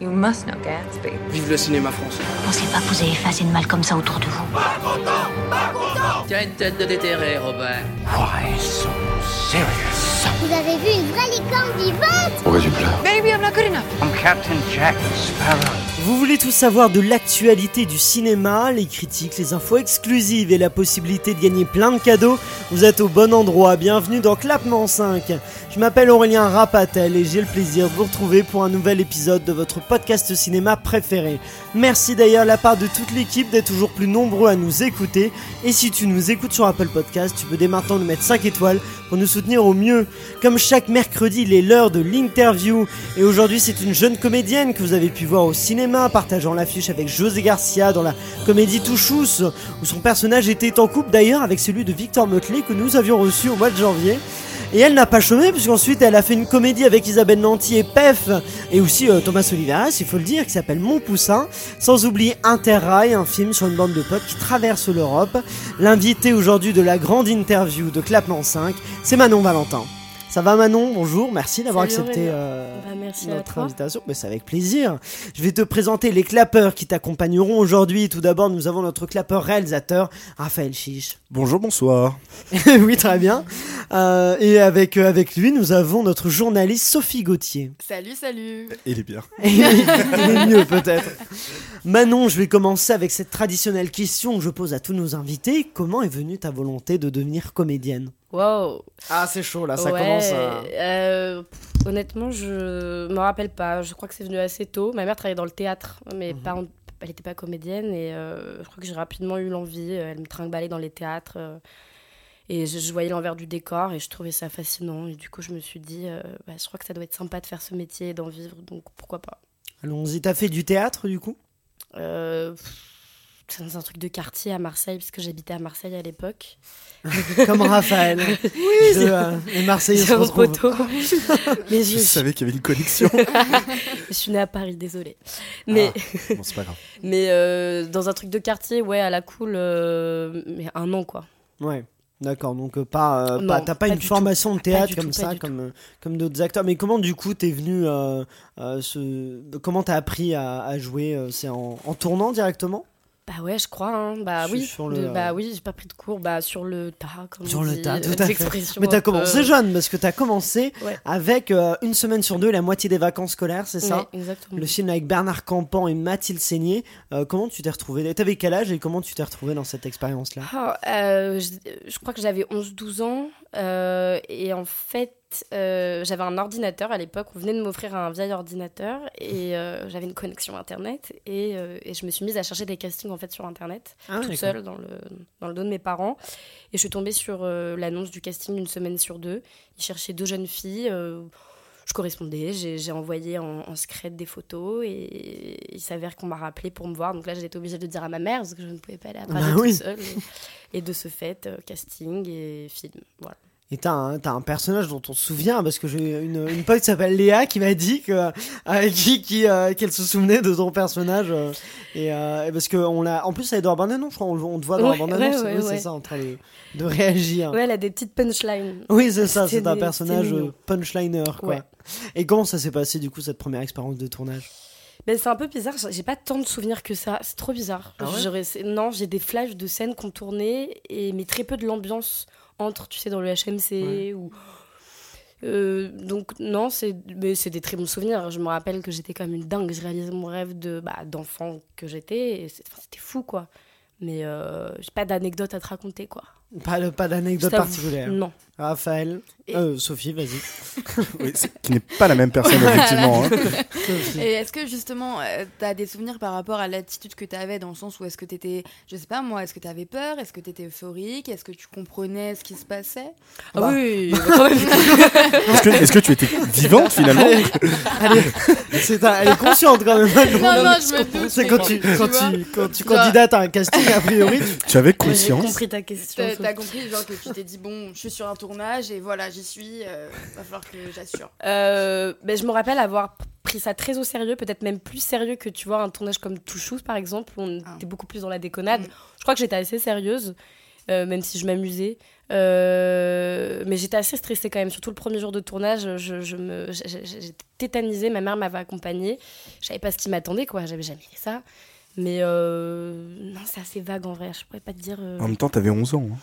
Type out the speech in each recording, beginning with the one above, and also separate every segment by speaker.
Speaker 1: You must know Gatsby.
Speaker 2: Vive le cinéma français.
Speaker 3: Pensez pas que vous avez fait assez de mal comme ça autour de vous.
Speaker 2: Tiens une tête de déterré, Robin.
Speaker 4: Vous avez vu une vraie licorne vivante
Speaker 1: Baby, I'm not good enough.
Speaker 5: Vous voulez tout savoir de l'actualité du cinéma, les critiques, les infos exclusives et la possibilité de gagner plein de cadeaux Vous êtes au bon endroit, bienvenue dans Clapement 5 Je m'appelle Aurélien Rapatel et j'ai le plaisir de vous retrouver pour un nouvel épisode de votre podcast cinéma préféré. Merci d'ailleurs de la part de toute l'équipe d'être toujours plus nombreux à nous écouter et si tu nous écoutes sur Apple Podcast, tu peux dès maintenant nous mettre 5 étoiles pour nous soutenir au mieux. Comme chaque mercredi, il est l'heure de l'interview. Et aujourd'hui, c'est une jeune comédienne que vous avez pu voir au cinéma, partageant l'affiche avec José Garcia dans la comédie Touchous, où son personnage était en couple d'ailleurs avec celui de Victor Meutley que nous avions reçu au mois de janvier. Et elle n'a pas chômé, puisqu'ensuite elle a fait une comédie avec Isabelle Nanty et Pef, et aussi euh, Thomas Oliveras, il faut le dire, qui s'appelle Mon Poussin, sans oublier Interrail, un film sur une bande de potes qui traverse l'Europe. L'invité aujourd'hui de la grande interview de Clapement 5, c'est Manon Valentin. Ça va Manon Bonjour, merci d'avoir
Speaker 6: Salut
Speaker 5: accepté
Speaker 6: Aurélien.
Speaker 5: euh,
Speaker 6: Bah, merci à
Speaker 5: notre
Speaker 6: toi.
Speaker 5: invitation. Mais c'est avec plaisir. Je vais te présenter les clapeurs qui t'accompagneront aujourd'hui. Tout d'abord, nous avons notre clapeur réalisateur, Raphaël Chiche.
Speaker 7: Bonjour, bonsoir.
Speaker 5: oui, très bien. Euh, et avec, euh, avec lui, nous avons notre journaliste Sophie Gauthier.
Speaker 6: Salut, salut.
Speaker 7: Il est bien.
Speaker 5: Et il est mieux peut-être. Manon, je vais commencer avec cette traditionnelle question que je pose à tous nos invités. Comment est venue ta volonté de devenir comédienne
Speaker 6: Wow.
Speaker 5: Ah, c'est chaud là,
Speaker 6: Ouais, euh, pff, honnêtement, je m'en rappelle pas. Je crois que c'est venu assez tôt. Ma mère travaillait dans le théâtre, mais pas en- elle n'était pas comédienne et euh, je crois que j'ai rapidement eu l'envie. euh, Elle me tringballait dans les théâtres euh, et je, je voyais l'envers du décor et je trouvais ça fascinant. Et du coup, je me suis dit, euh, bah, je crois que ça doit être sympa de faire ce métier et d'en vivre, donc pourquoi pas.
Speaker 5: Allons-y, t'as fait du théâtre du coup
Speaker 6: Euh, pff, c'est dans un truc de quartier à Marseille, parce que j'habitais à Marseille à l'époque.
Speaker 5: Comme Raphaël. oui, euh, les Marseillais se
Speaker 6: C'est un
Speaker 5: retrouvent.
Speaker 6: poteau. Mais
Speaker 7: Je
Speaker 6: je,
Speaker 7: savais qu'il y avait une connexion.
Speaker 6: Je suis née à Paris, désolée. Mais,
Speaker 7: Ah, bon, c'est pas grave.
Speaker 6: mais euh, dans un truc de quartier, ouais, à la cool, euh, mais un an, quoi.
Speaker 5: Ouais. D'accord, donc euh, pas, euh,
Speaker 6: Non,
Speaker 5: pas- t'as pas,
Speaker 6: pas
Speaker 5: une
Speaker 6: du Ah,
Speaker 5: formation de
Speaker 6: Pas
Speaker 5: théâtre
Speaker 6: du
Speaker 5: comme
Speaker 6: tout, pas
Speaker 5: ça,
Speaker 6: du
Speaker 5: comme, euh, comme d'autres acteurs. Mais comment du coup t'es venu, euh, euh, ce... comment t'as appris à, à jouer euh, C'est en, en tournant directement
Speaker 6: Bah ouais, je crois, hein. Bah
Speaker 5: Sur-
Speaker 6: oui,
Speaker 5: sur le,
Speaker 6: de-
Speaker 5: euh,
Speaker 6: bah oui, j'ai pas pris de cours, bah sur le tas, comme
Speaker 5: Sur
Speaker 6: on
Speaker 5: le
Speaker 6: dit,
Speaker 5: tas,
Speaker 6: euh,
Speaker 5: tout à
Speaker 6: des
Speaker 5: fait.
Speaker 6: expressions
Speaker 5: Mais
Speaker 6: un
Speaker 5: t'as
Speaker 6: peu-
Speaker 5: commencé jeune, parce que t'as commencé
Speaker 6: Ouais.
Speaker 5: avec euh, une semaine sur deux, la moitié des vacances scolaires, c'est ça
Speaker 6: Ouais, Mm. exactement.
Speaker 5: Le film avec Bernard Campan et Mathilde Seigné. euh, comment tu t'es retrouvé T'avais quel âge et comment tu t'es retrouvé dans cette expérience-là
Speaker 6: Ah, euh, je, je crois que j'avais 11-12 ans euh, et en fait euh, j'avais un ordinateur à l'époque, on venait de m'offrir un vieil ordinateur et euh, j'avais une connexion internet et, euh, et je me suis mise à chercher des castings en fait sur internet
Speaker 5: Ah,
Speaker 6: toute
Speaker 5: d'accord.
Speaker 6: seule dans le, dans le dos de mes parents et je suis tombée sur euh, l'annonce du casting une semaine sur deux. Ils cherchaient deux jeunes filles. euh, je correspondais, j'ai j'ai envoyé en, en secret des photos et il s'avère qu'on m'a rappelé pour me voir. Donc là, j'étais obligée de dire à ma mère parce que je ne pouvais pas aller à Paris
Speaker 5: Bah
Speaker 6: toute
Speaker 5: oui.
Speaker 6: seule. Et, et de ce fait, euh, casting et film. Voilà.
Speaker 5: Et t'as un, t'as un personnage dont on se souvient, parce que j'ai une, une pote qui s'appelle Léa qui m'a dit que, euh, qui, qui, euh, qu'elle se souvenait de ton personnage. euh, et, euh, et parce que on l'a, en plus, elle est dans la bande-annonce, je crois, on, le- on te voit dans
Speaker 6: Ouais,
Speaker 5: la bande-annonce,
Speaker 6: ouais,
Speaker 5: oui,
Speaker 6: ouais,
Speaker 5: c'est
Speaker 6: ouais.
Speaker 5: ça, en train de, de réagir.
Speaker 6: Ouais, elle a des petites punchlines.
Speaker 5: Oui, c'est ça,
Speaker 6: C'était
Speaker 5: c'est un
Speaker 6: des-
Speaker 5: personnage
Speaker 6: c'était
Speaker 5: euh,
Speaker 6: mignon.
Speaker 5: punchliner, quoi.
Speaker 6: Ouais.
Speaker 5: Et comment ça s'est passé, du coup, cette première expérience de tournage
Speaker 6: Mais Ben, c'est un peu bizarre, j'ai pas tant de souvenirs que ça. C'est trop bizarre.
Speaker 5: Ah ouais
Speaker 6: J'aurais- c'est- non, j'ai des flashs de scènes qu'on tournait, et, mais très peu de l'ambiance entre, tu sais, dans le HMC ou. Euh, donc non, c'est mais c'est des très bons souvenirs. Je me rappelle que j'étais comme une dingue. Je réalisais mon rêve de bah, d'enfant que j'étais. et c'est- enfin, C'était fou quoi. Mais euh, j'ai pas d'anecdote à te raconter quoi.
Speaker 5: Pas, de- pas
Speaker 6: Je
Speaker 5: d'anecdote
Speaker 6: t'avoue, Mm.
Speaker 5: particulière.
Speaker 6: Non.
Speaker 5: Raphaël,
Speaker 8: Et-
Speaker 5: euh, Sophie, vas-y.
Speaker 7: Oui, c'est- qui n'est pas la même personne, effectivement. hein.
Speaker 5: Sophie.
Speaker 8: Et est-ce que justement, euh, t'as des souvenirs par rapport à l'attitude que t'avais dans le sens où est-ce que t'étais, je sais pas moi, est-ce que t'avais peur, est-ce que t'étais euphorique, est-ce que tu comprenais ce qui se passait
Speaker 6: Ah
Speaker 5: Bah.
Speaker 6: oui, quand même.
Speaker 7: Est-ce que, est-ce que tu étais vivante, finalement
Speaker 5: C'est un- elle est consciente quand même. hein,
Speaker 8: Non, non, je me doute.
Speaker 5: C'est
Speaker 8: mais
Speaker 5: quand tu,
Speaker 8: tu
Speaker 5: quand
Speaker 8: vois,
Speaker 5: tu, quand tu
Speaker 8: Genre-
Speaker 5: candidates à un casting, a priori, tu-
Speaker 7: Tu avais
Speaker 6: J'ai
Speaker 7: conscience.
Speaker 6: compris ta question.
Speaker 8: T'as t'as compris genre que tu t'es dit bon, je suis sur un tournage et voilà, j'y suis, euh, va falloir que j'assure.
Speaker 6: Euh, ben, je me rappelle avoir p- pris ça très au sérieux, peut-être même plus sérieux que tu vois un tournage comme Touchous par exemple, où on
Speaker 8: Ah.
Speaker 6: était beaucoup plus dans la déconnade.
Speaker 8: Mm.
Speaker 6: Je crois que j'étais assez sérieuse, euh, même si je m'amusais. Euh, mais j'étais assez stressée quand même, surtout le premier jour de tournage, je, je me, j'ai- j'ai- j'étais tétanisée, ma mère m'avait accompagnée, je savais pas ce qui m'attendait, quoi, j'avais jamais fait ça. Mais euh, non, c'est assez vague en vrai, je pourrais pas te dire... euh,
Speaker 7: En même temps, t'avais 11 ans. hein.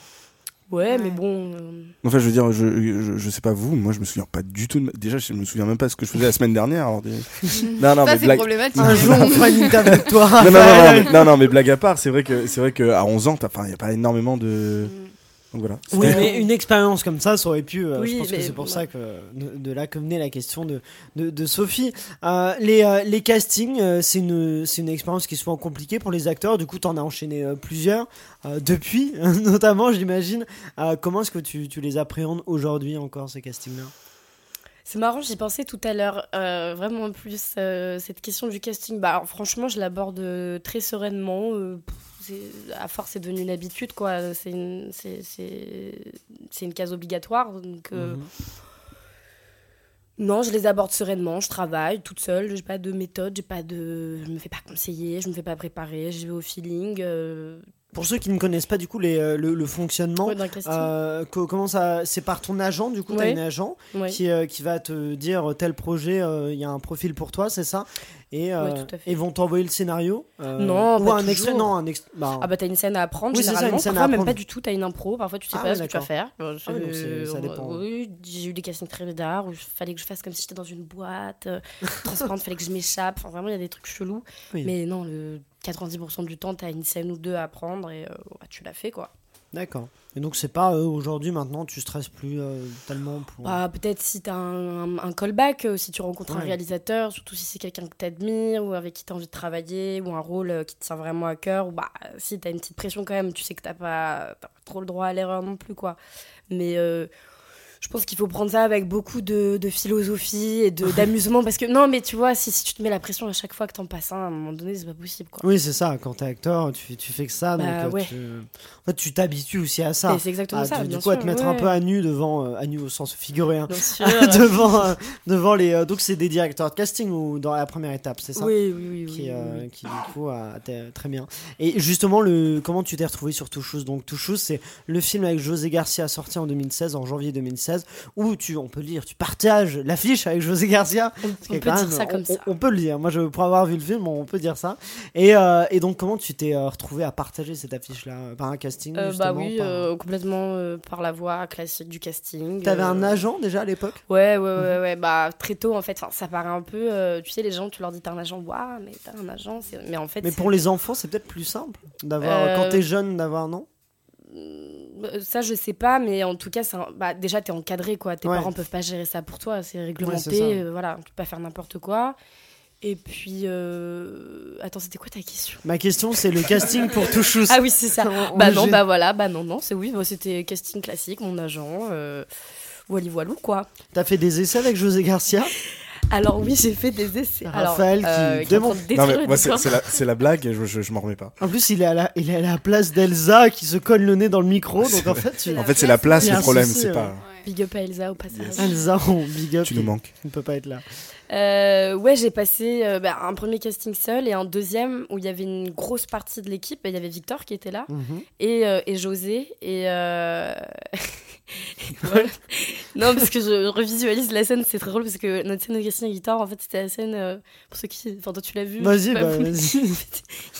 Speaker 6: Ouais,
Speaker 8: Ouais.
Speaker 6: mais bon... euh,
Speaker 7: Enfin, je veux dire, je, je, je sais pas vous, moi je me souviens pas du tout. de ma- Déjà, je me souviens même pas ce que je faisais la semaine dernière. alors des- Non, non,
Speaker 8: ça,
Speaker 7: mais
Speaker 8: c'est
Speaker 7: blague.
Speaker 8: problématique.
Speaker 5: Un jour, on fera une interview avec toi.
Speaker 7: Non, non, non, non,
Speaker 5: Raphaël.
Speaker 7: mais, non, non, mais blague à part, c'est vrai que c'est vrai que à 11 ans, t'as- enfin, y a pas énormément de.
Speaker 8: Mm.
Speaker 7: Donc voilà.
Speaker 5: Oui,
Speaker 7: C'était-
Speaker 5: mais une expérience comme ça, ça aurait pu. euh, je
Speaker 6: Oui,
Speaker 5: pense que
Speaker 6: mais
Speaker 5: c'est pour
Speaker 6: ouais.
Speaker 5: ça que de, de là que venait la question de, de, de Sophie. Euh, les, euh, les castings, euh, c'est une, c'est une expérience qui est souvent compliquée pour les acteurs. Du coup, tu en as enchaîné euh, plusieurs euh, depuis, notamment, j'imagine. Euh, comment est-ce que tu, tu les appréhendes aujourd'hui encore, ces castings-là
Speaker 6: C'est marrant, j'y pensais tout à l'heure. euh, vraiment en plus, euh, cette question du casting, bah, alors, franchement, je l'aborde euh, très sereinement. euh, pff, c'est- à force, c'est devenu une habitude, quoi. C'est une, c'est- c'est- c'est une case obligatoire. Donc, euh,
Speaker 5: Mhm.
Speaker 6: non, je les aborde sereinement. Je travaille toute seule. J'ai pas de méthode. J'ai pas de. Je me fais pas conseiller. Je me fais pas préparer. Je vais au feeling. euh,
Speaker 5: Pour ceux qui ne connaissent pas, du coup, les, euh, le, le fonctionnement.
Speaker 6: ouais, dans le casting.
Speaker 5: euh, co- comment ça C'est par ton agent, du coup, tu as
Speaker 6: Ouais.
Speaker 5: une agent
Speaker 6: ouais.
Speaker 5: qui, euh, qui va te dire euh, tel projet, euh, il y a un profil pour toi, c'est ça et, euh,
Speaker 6: Ouais, tout à fait.
Speaker 5: et vont t'envoyer le scénario euh,
Speaker 6: Non,
Speaker 5: ou
Speaker 6: pas
Speaker 5: un extrait.
Speaker 6: toujours.
Speaker 5: Non, un extrait.
Speaker 6: Ah bah t'as une scène à apprendre
Speaker 5: Oui, c'est ça,
Speaker 6: généralement,
Speaker 5: une scène à
Speaker 6: parfois même
Speaker 5: apprendre.
Speaker 6: pas du tout, t'as une impro, parfois tu sais
Speaker 5: Ah
Speaker 6: pas
Speaker 5: ouais,
Speaker 6: ce que tu vas
Speaker 5: d'accord.
Speaker 6: faire. Euh,
Speaker 5: Ah ouais, donc c'est- ça
Speaker 6: euh,
Speaker 5: dépend.
Speaker 6: oui, j'ai eu des castings très bizarres où il fallait que je fasse comme si j'étais dans une boîte, euh, transparente, fallait que je m'échappe, enfin vraiment il y a des trucs chelous.
Speaker 5: Oui.
Speaker 6: Mais non, le 90% du temps t'as une scène ou deux à apprendre et euh, bah, tu l'as fait quoi.
Speaker 5: D'accord. Et donc c'est pas euh, aujourd'hui maintenant tu stresses plus euh, tellement pour.
Speaker 6: Bah, peut-être si t'as un, un- un callback, euh, si tu rencontres un
Speaker 5: Ouais.
Speaker 6: réalisateur, surtout si c'est quelqu'un que t'admires ou avec qui t'as envie de travailler ou un rôle euh, qui te tient vraiment à cœur, ou bah si t'as une petite pression quand même, tu sais que t'as pas, t'as pas trop le droit à l'erreur non plus quoi. Mais euh, je pense qu'il faut prendre ça avec beaucoup de, de philosophie et de- d'amusement parce que non mais tu vois si, si tu te mets la pression à chaque fois que t'en passes un, à un moment donné c'est pas possible quoi.
Speaker 5: Oui c'est ça. Quand t'es acteur, tu, tu fais que ça. donc,
Speaker 6: Bah,
Speaker 5: euh,
Speaker 6: ouais.
Speaker 5: tu... En fait, tu t'habitues aussi à ça.
Speaker 6: Et C'est exactement
Speaker 5: Ah,
Speaker 6: ça.
Speaker 5: du- du
Speaker 6: bien
Speaker 5: coup, à
Speaker 6: sûr,
Speaker 5: te mettre un
Speaker 6: ouais.
Speaker 5: peu à nu devant, euh, à nu au sens figuré, hein.
Speaker 6: Bien sûr.
Speaker 5: devant, euh, devant les. euh, donc c'est des directeurs de casting ou dans la première étape, c'est ça
Speaker 6: oui, oui, oui, oui,
Speaker 5: qui,
Speaker 6: oui,
Speaker 5: euh,
Speaker 6: oui.
Speaker 5: qui, du coup a t'es- très bien. Et justement, le, comment tu t'es retrouvé sur Touchous Donc Touchous, c'est le film avec José Garcia sorti en 2016, en janvier 2016, où tu, on peut le dire, tu partages l'affiche avec José Garcia.
Speaker 6: On,
Speaker 5: ce
Speaker 6: on
Speaker 5: qui est
Speaker 6: peut
Speaker 5: quand
Speaker 6: dire
Speaker 5: même-
Speaker 6: ça
Speaker 5: on-
Speaker 6: comme
Speaker 5: on,
Speaker 6: ça.
Speaker 5: on peut le dire. Moi, je, pour avoir vu le film, on peut dire ça. Et, euh, et donc, comment tu t'es euh, retrouvé à partager cette affiche-là Par un casting
Speaker 6: Euh, bah
Speaker 5: justement,
Speaker 6: oui,
Speaker 5: par-
Speaker 6: euh, complètement euh, par la voie classique du casting.
Speaker 5: T'avais
Speaker 6: euh,
Speaker 5: un agent déjà à l'époque
Speaker 6: Ouais, ouais, ouais, ouais. Bah, très tôt, en fait. Enfin, ça paraît un peu. euh, tu sais, les gens, tu leur dis t'as un agent. Waouh, mais t'as un agent. c'est- Mais en fait.
Speaker 5: Mais
Speaker 6: c'est-
Speaker 5: pour les enfants, c'est peut-être plus simple d'avoir,
Speaker 6: Euh,
Speaker 5: quand t'es jeune, d'avoir, non
Speaker 6: Euh, Ça, je sais pas, mais en tout cas, c'est un- bah, déjà, t'es encadré, quoi. Tes
Speaker 5: Ouais.
Speaker 6: parents peuvent pas gérer ça pour toi. C'est réglementé.
Speaker 5: ça.
Speaker 6: euh, voilà, tu peux pas faire n'importe quoi. Et puis. euh, Attends, c'était quoi ta question
Speaker 5: Ma question, c'est le casting pour Touchous.
Speaker 6: Ah oui, c'est ça.
Speaker 5: On- on
Speaker 6: bah
Speaker 5: le
Speaker 6: non,
Speaker 5: jette.
Speaker 6: bah voilà, bah non, non. C'est oui, bah, c'était casting classique, mon agent. Euh... Wally Walou, quoi.
Speaker 5: T'as fait des essais avec José Garcia
Speaker 6: Alors oui, j'ai fait des essais. Alors, euh,
Speaker 5: Raphaël qui
Speaker 6: est en train de
Speaker 5: démonte.
Speaker 7: Non,
Speaker 6: détruire
Speaker 7: mais
Speaker 6: le
Speaker 7: moi, c'est
Speaker 6: décor.
Speaker 7: c'est la, c'est la blague, je, je, je m'en remets pas.
Speaker 5: En plus, il est, à la, il est à la place d'Elsa qui se colle le nez dans le micro. Donc en fait, tu...
Speaker 7: En fait, c'est la place
Speaker 5: Il y a
Speaker 7: le
Speaker 5: un
Speaker 7: problème,
Speaker 5: souci,
Speaker 7: c'est
Speaker 5: ouais.
Speaker 7: pas.
Speaker 6: Big up à Elsa au passage.
Speaker 7: Yes.
Speaker 5: Elsa, on big up.
Speaker 7: Tu nous manques.
Speaker 5: Il ne peut pas être là.
Speaker 6: Euh, ouais, j'ai passé euh, bah, un premier casting seul et un deuxième où il y avait une grosse partie de l'équipe. Et Il y avait Victor qui était là et, euh, et José et. euh, voilà. non, parce que je revisualise la scène, c'est très drôle parce que notre scène de casting avec Victor, en fait, c'était la scène euh, pour ceux qui. Enfin, toi, tu l'as vu.
Speaker 5: Vas-y,
Speaker 6: pas
Speaker 5: bah,
Speaker 6: vous-
Speaker 5: vas-y.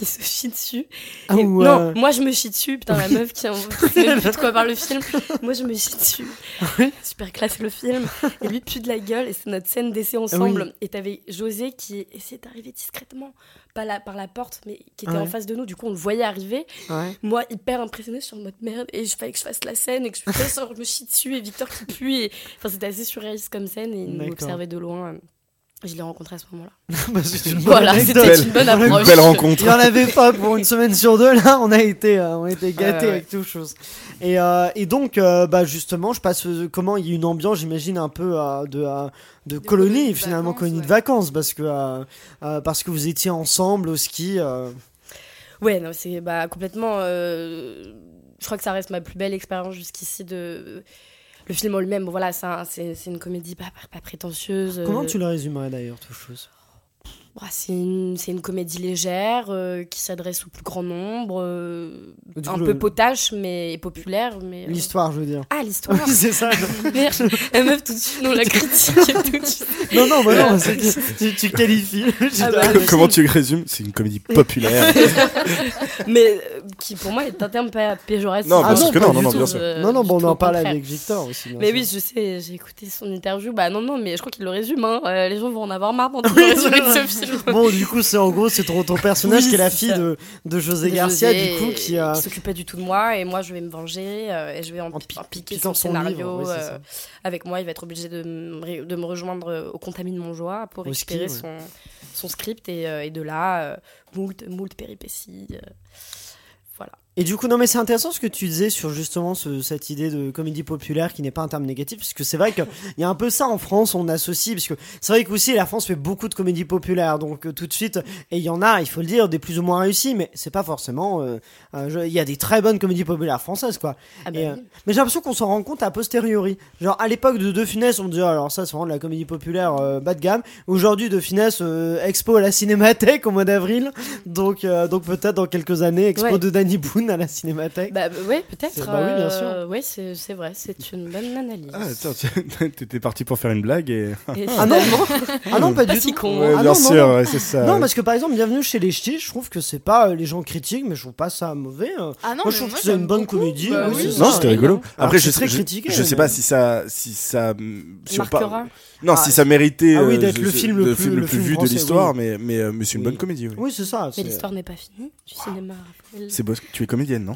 Speaker 6: Il se chie dessus.
Speaker 5: Ah,
Speaker 6: Et-
Speaker 5: ou,
Speaker 6: Non,
Speaker 5: euh,
Speaker 6: moi je me chie dessus, putain, la meuf qui en même plus de quoi parle le film. Moi je me chie dessus. Super classe le film. Et lui pue de la gueule et c'est notre scène d'essai ensemble. Et t'avais José qui essayait d'arriver discrètement, pas la, par la porte, mais qui était
Speaker 5: Ouais.
Speaker 6: en face de nous. Du coup, on le voyait arriver.
Speaker 5: ouais.
Speaker 6: Moi, hyper impressionnée, je suis en mode merde. Et je fallait que je fasse la scène et que je fasse, genre, je me chie dessus et Victor qui pue. Et... Enfin, c'était assez surréaliste comme scène et il nous
Speaker 5: D'accord.
Speaker 6: observait de loin. Je l'ai rencontré à ce moment-là.
Speaker 5: Bah, c'est une bonne
Speaker 6: Voilà,
Speaker 5: anecdote.
Speaker 6: c'était une bonne approche.
Speaker 7: Belle rencontre.
Speaker 5: Il n'y en avait pas pour une semaine sur deux. Là, on a été, euh, on a été gâtés
Speaker 6: Ouais, ouais.
Speaker 5: avec tout chose. Et, euh, et donc, euh, bah, justement, je passe. comment il y a une ambiance, j'imagine, un peu euh, de, euh, de colonie,
Speaker 8: colonie de
Speaker 5: finalement,
Speaker 8: vacances,
Speaker 5: colonie de
Speaker 8: ouais.
Speaker 5: vacances, parce que, euh, euh, parce que vous étiez ensemble au ski. euh,
Speaker 6: Ouais, non, c'est bah, complètement. euh, je crois que ça reste ma plus belle expérience jusqu'ici de. Le film en lui-même, bon, voilà, c'est un- c'est c'est une comédie pas, pas, pas prétentieuse. euh,
Speaker 5: Comment tu le résumerais d'ailleurs, tout chose
Speaker 6: Bah, c'est une, c'est une comédie légère euh, qui s'adresse au plus grand nombre, euh,
Speaker 5: Du coup,
Speaker 6: un
Speaker 5: le-
Speaker 6: peu potache mais et populaire. Mais, euh,
Speaker 5: L'histoire, je veux dire.
Speaker 6: Ah, l'histoire
Speaker 5: Oui, c'est ça.
Speaker 6: Merde, La meuf, tout de suite, on la critique et tout de suite.
Speaker 5: Non, non, bah non, c'est que tu, tu qualifies.
Speaker 6: Ah bah,
Speaker 7: Comment tu résumes C'est une comédie populaire.
Speaker 6: Mais euh, qui, pour moi, est un terme pas péjoratif.
Speaker 7: Non,
Speaker 5: Ah parce non, que non, pas non, du non,
Speaker 7: bien sûr.
Speaker 6: euh,
Speaker 5: non, non,
Speaker 6: du
Speaker 5: bon, on
Speaker 6: tout,
Speaker 5: en
Speaker 6: au
Speaker 5: parlait
Speaker 6: contraire.
Speaker 5: avec Victor aussi. bien
Speaker 6: Mais
Speaker 5: sûr.
Speaker 6: oui, je sais, j'ai écouté son interview. Bah non, non, mais je crois qu'il le résume. Hein. Euh, les gens vont en avoir marre d'entendre le
Speaker 5: Oui,
Speaker 6: résumé de
Speaker 5: c'est
Speaker 6: ce film.
Speaker 5: Bon, du coup, c'est en gros, c'est ton, ton personnage
Speaker 6: Oui,
Speaker 5: qui est la
Speaker 6: c'est
Speaker 5: fille
Speaker 6: ça.
Speaker 5: de, de José
Speaker 6: De
Speaker 5: Garcia,
Speaker 6: José,
Speaker 5: du coup, qui a.
Speaker 6: s'occupe pas du tout de moi et moi je vais me venger euh, et je vais en,
Speaker 5: En
Speaker 6: pi-
Speaker 5: pi-
Speaker 6: en piquer
Speaker 5: piquant
Speaker 6: son,
Speaker 5: son
Speaker 6: scénario
Speaker 5: livre, oui, c'est ça.
Speaker 6: euh, avec moi il va être obligé de me, ré- de me rejoindre euh, au contamine Montjoie pour
Speaker 5: Au ski,
Speaker 6: récupérer
Speaker 5: ouais.
Speaker 6: son, son script et, euh, et de là euh, moult, moult péripéties euh, voilà
Speaker 5: Et du coup, non, mais c'est intéressant ce que tu disais sur justement ce- cette idée de comédie populaire qui n'est pas un terme négatif, parce que c'est vrai qu'il y a un peu ça en France, on associe, parce que c'est vrai qu'aussi la France fait beaucoup de comédies populaires, donc euh, tout de suite, et il y en a, il faut le dire, des plus ou moins réussies, mais c'est pas forcément. euh, un jeu- Il y a des très bonnes comédies populaires françaises, quoi.
Speaker 6: Ah bah
Speaker 5: Et, euh,
Speaker 6: oui.
Speaker 5: mais j'ai l'impression qu'on s'en rend compte a posteriori. Genre à l'époque de De Funès, on disait Ah, alors ça c'est vraiment de la comédie populaire euh, bas de gamme. Aujourd'hui De Funès euh, expo à la Cinémathèque au mois d'avril. Donc euh, donc peut-être dans quelques années expo
Speaker 6: Ouais.
Speaker 5: de Danny Boone à la Cinémathèque.
Speaker 6: bah euh, ouais peut-être
Speaker 5: C'est- bah oui, bien
Speaker 6: euh, ouais c'est c'est vrai c'est une bonne analyse
Speaker 7: Ah, attends, tu- t'étais parti pour faire une blague et.
Speaker 6: Et
Speaker 5: Ah non,
Speaker 6: finalement,
Speaker 5: ah non pas du
Speaker 6: si
Speaker 5: tout.
Speaker 6: con,
Speaker 7: Ouais,
Speaker 5: ah
Speaker 7: bien
Speaker 5: non, non,
Speaker 7: sûr,
Speaker 5: non.
Speaker 7: ouais, c'est ça.
Speaker 5: Non parce que par exemple Bienvenue chez les Ch'tis, je trouve que c'est pas euh, les gens critiquent mais je trouve pas ça mauvais. euh.
Speaker 8: Ah non,
Speaker 5: moi
Speaker 8: mais
Speaker 5: je trouve que c'est
Speaker 8: j'aime
Speaker 5: une bonne
Speaker 8: beaucoup.
Speaker 5: comédie. hein,
Speaker 8: Bah
Speaker 5: oui,
Speaker 8: oui.
Speaker 5: c'est
Speaker 7: Non,
Speaker 5: ça.
Speaker 7: c'était rigolo.
Speaker 5: Alors,
Speaker 7: Après,
Speaker 5: c'est
Speaker 7: je,
Speaker 5: très
Speaker 7: je-
Speaker 5: critiqué,
Speaker 7: je sais
Speaker 5: mais-
Speaker 7: pas si ça, si ça, si on par-
Speaker 6: marquera
Speaker 7: Non,
Speaker 5: Ah,
Speaker 7: si ça méritait
Speaker 5: ah oui,
Speaker 7: euh,
Speaker 5: d'être
Speaker 7: je-
Speaker 5: le
Speaker 7: je-
Speaker 5: film le plus- le
Speaker 7: plus
Speaker 5: film
Speaker 7: vu de
Speaker 5: français,
Speaker 7: l'histoire, mais mais euh, mais c'est une
Speaker 5: Oui.
Speaker 7: bonne comédie. Oui.
Speaker 5: Oui c'est ça.
Speaker 6: mais
Speaker 5: c'est-
Speaker 6: l'histoire n'est pas finie du cinéma Raphaël.
Speaker 7: C'est beau. Tu es comédienne, non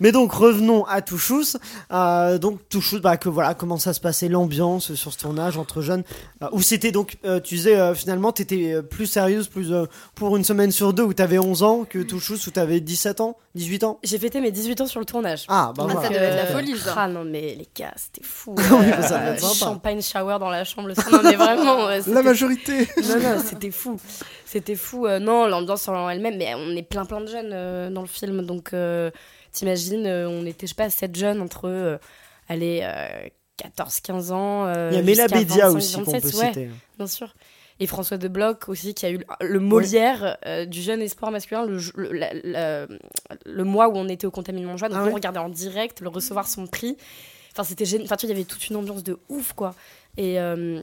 Speaker 5: Mais donc revenons à Touchous. Euh, donc Touchous, bah, que voilà, comment ça se passait l'ambiance sur ce tournage entre jeunes euh, Où c'était donc, euh, tu disais euh, finalement, t'étais euh, plus sérieuse, plus euh, pour une semaine sur deux où t'avais 11 ans que Touchous où t'avais 17 ans, 18 ans.
Speaker 6: j'ai fêté mes 18 ans sur le tournage
Speaker 5: Ah bah
Speaker 8: Ah,
Speaker 5: voilà.
Speaker 8: ça devait être la folie, ça.
Speaker 6: Ah non, mais les gars, c'était fou. Euh,
Speaker 5: Oui, bah, ça doit être sympa.
Speaker 6: champagne shower dans la chambre le soir. Non, mais vraiment. euh,
Speaker 7: La
Speaker 6: c'était-
Speaker 7: majorité.
Speaker 6: non, non, c'était fou. C'était fou. Euh, non, l'ambiance en elle-même, mais on est plein, plein de jeunes euh, dans le film. Donc, euh, t'imagines, euh, on était, je sais pas, 7 jeunes entre euh, allez, euh, 14, 15 ans. euh,
Speaker 5: Il y a Mela
Speaker 6: jusqu'à
Speaker 5: Bédia
Speaker 6: 25,
Speaker 5: aussi qu'on
Speaker 6: 27,
Speaker 5: peut
Speaker 6: ouais,
Speaker 5: citer.
Speaker 6: bien sûr. Et François de Bloch aussi, qui a eu le- le Molière euh, du jeune espoir masculin le, le, la- la- le mois où on était au Contamine Montjoie. Donc,
Speaker 5: Ah
Speaker 6: nous,
Speaker 5: ouais.
Speaker 6: on regardait en direct, le recevoir son prix. Enfin, c'était génial. Enfin, tu vois, il y avait toute une ambiance de ouf, quoi. Et, euh,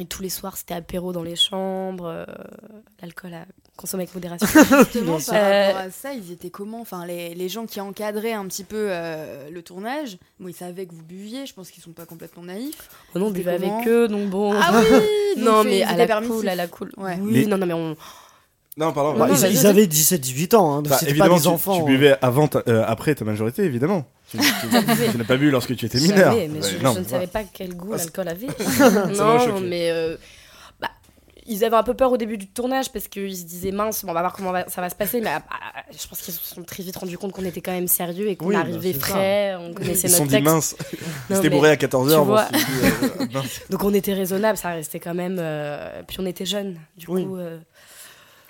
Speaker 6: et tous les soirs, c'était apéro dans les chambres, euh, l'alcool à consommer avec modération.
Speaker 8: Justement, par
Speaker 6: Euh,
Speaker 8: rapport à ça, ils étaient comment Enfin, les, les gens qui encadraient un petit peu euh, le tournage, bon, ils savaient que vous buviez, je pense qu'ils sont pas complètement naïfs.
Speaker 6: Oh non, on
Speaker 8: C'était
Speaker 6: buvait avec
Speaker 8: comment
Speaker 6: eux, donc bon.
Speaker 8: Ah oui
Speaker 6: non,
Speaker 8: donc c'est-
Speaker 6: mais
Speaker 8: ils
Speaker 6: à
Speaker 8: étaient
Speaker 6: la
Speaker 8: permissifs.
Speaker 6: cool, à la cool.
Speaker 8: Ouais.
Speaker 6: Oui,
Speaker 7: Mais-
Speaker 6: non, non, mais on.
Speaker 7: Non, pardon.
Speaker 6: Non,
Speaker 7: bah,
Speaker 6: non,
Speaker 7: ils-
Speaker 5: ils,
Speaker 6: vas-y,
Speaker 5: ils
Speaker 6: vas-y.
Speaker 5: avaient 17-18 ans, hein, donc
Speaker 7: bah,
Speaker 5: c'était pas
Speaker 7: évidemment,
Speaker 5: des
Speaker 7: tu-
Speaker 5: enfants. hein.
Speaker 7: Tu, buvais avant, ta- euh, après ta majorité, évidemment. Tu, tu- tu n'as pas bu lorsque tu étais mineur.
Speaker 6: Jamais, mais
Speaker 7: Ouais,
Speaker 6: je,
Speaker 7: non,
Speaker 6: je ne
Speaker 7: voilà.
Speaker 6: savais pas quel goût
Speaker 7: Ah, c'est-
Speaker 6: l'alcool avait.
Speaker 7: m'a
Speaker 6: non,
Speaker 7: choqué.
Speaker 6: mais euh, bah, ils avaient un peu peur au début du tournage parce qu'ils se disaient mince, bon, on va voir comment va- ça va se passer. Mais ah, bah, je pense qu'ils se sont très vite rendus compte qu'on était quand même sérieux et qu'on
Speaker 5: Oui, bah,
Speaker 6: arrivait
Speaker 5: c'est ça.
Speaker 6: frais, on connaissait
Speaker 7: Ils
Speaker 6: notre
Speaker 7: se sont dit
Speaker 6: texte.
Speaker 7: mince. Ils
Speaker 6: Non,
Speaker 7: étaient
Speaker 6: mais-
Speaker 7: bourrés à 14h.
Speaker 6: tu vois.
Speaker 7: euh, mince.
Speaker 6: Donc on était raisonnable, ça restait quand même. euh, puis on était jeunes, du
Speaker 5: Oui.
Speaker 6: coup, euh,
Speaker 7: Ah.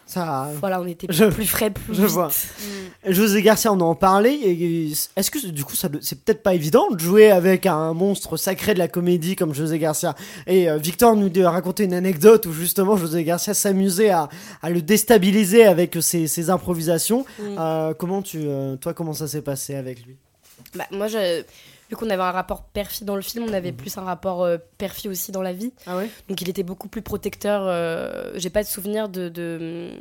Speaker 5: Ça,
Speaker 6: voilà, on était
Speaker 5: Je-
Speaker 6: plus frais, plus.
Speaker 5: je
Speaker 6: vite.
Speaker 5: vois.
Speaker 8: Mm.
Speaker 5: José Garcia, on en parlait. et- et Est-ce que du coup, ça doit- c'est peut-être pas évident de jouer avec un monstre sacré de la comédie comme José Garcia Et euh, Victor nous a raconté une anecdote où justement José Garcia s'amusait à, à le déstabiliser avec ses, ses improvisations.
Speaker 6: Mm.
Speaker 5: Euh, comment tu, euh, toi, comment ça s'est passé avec lui
Speaker 6: Bah, moi, je- vu qu'on avait un rapport père-fille dans le film, on avait plus un rapport euh, père-fille aussi dans la vie.
Speaker 5: Mhm. Ah ouais
Speaker 6: Donc il était beaucoup plus protecteur. euh, j'ai pas de souvenir de, de,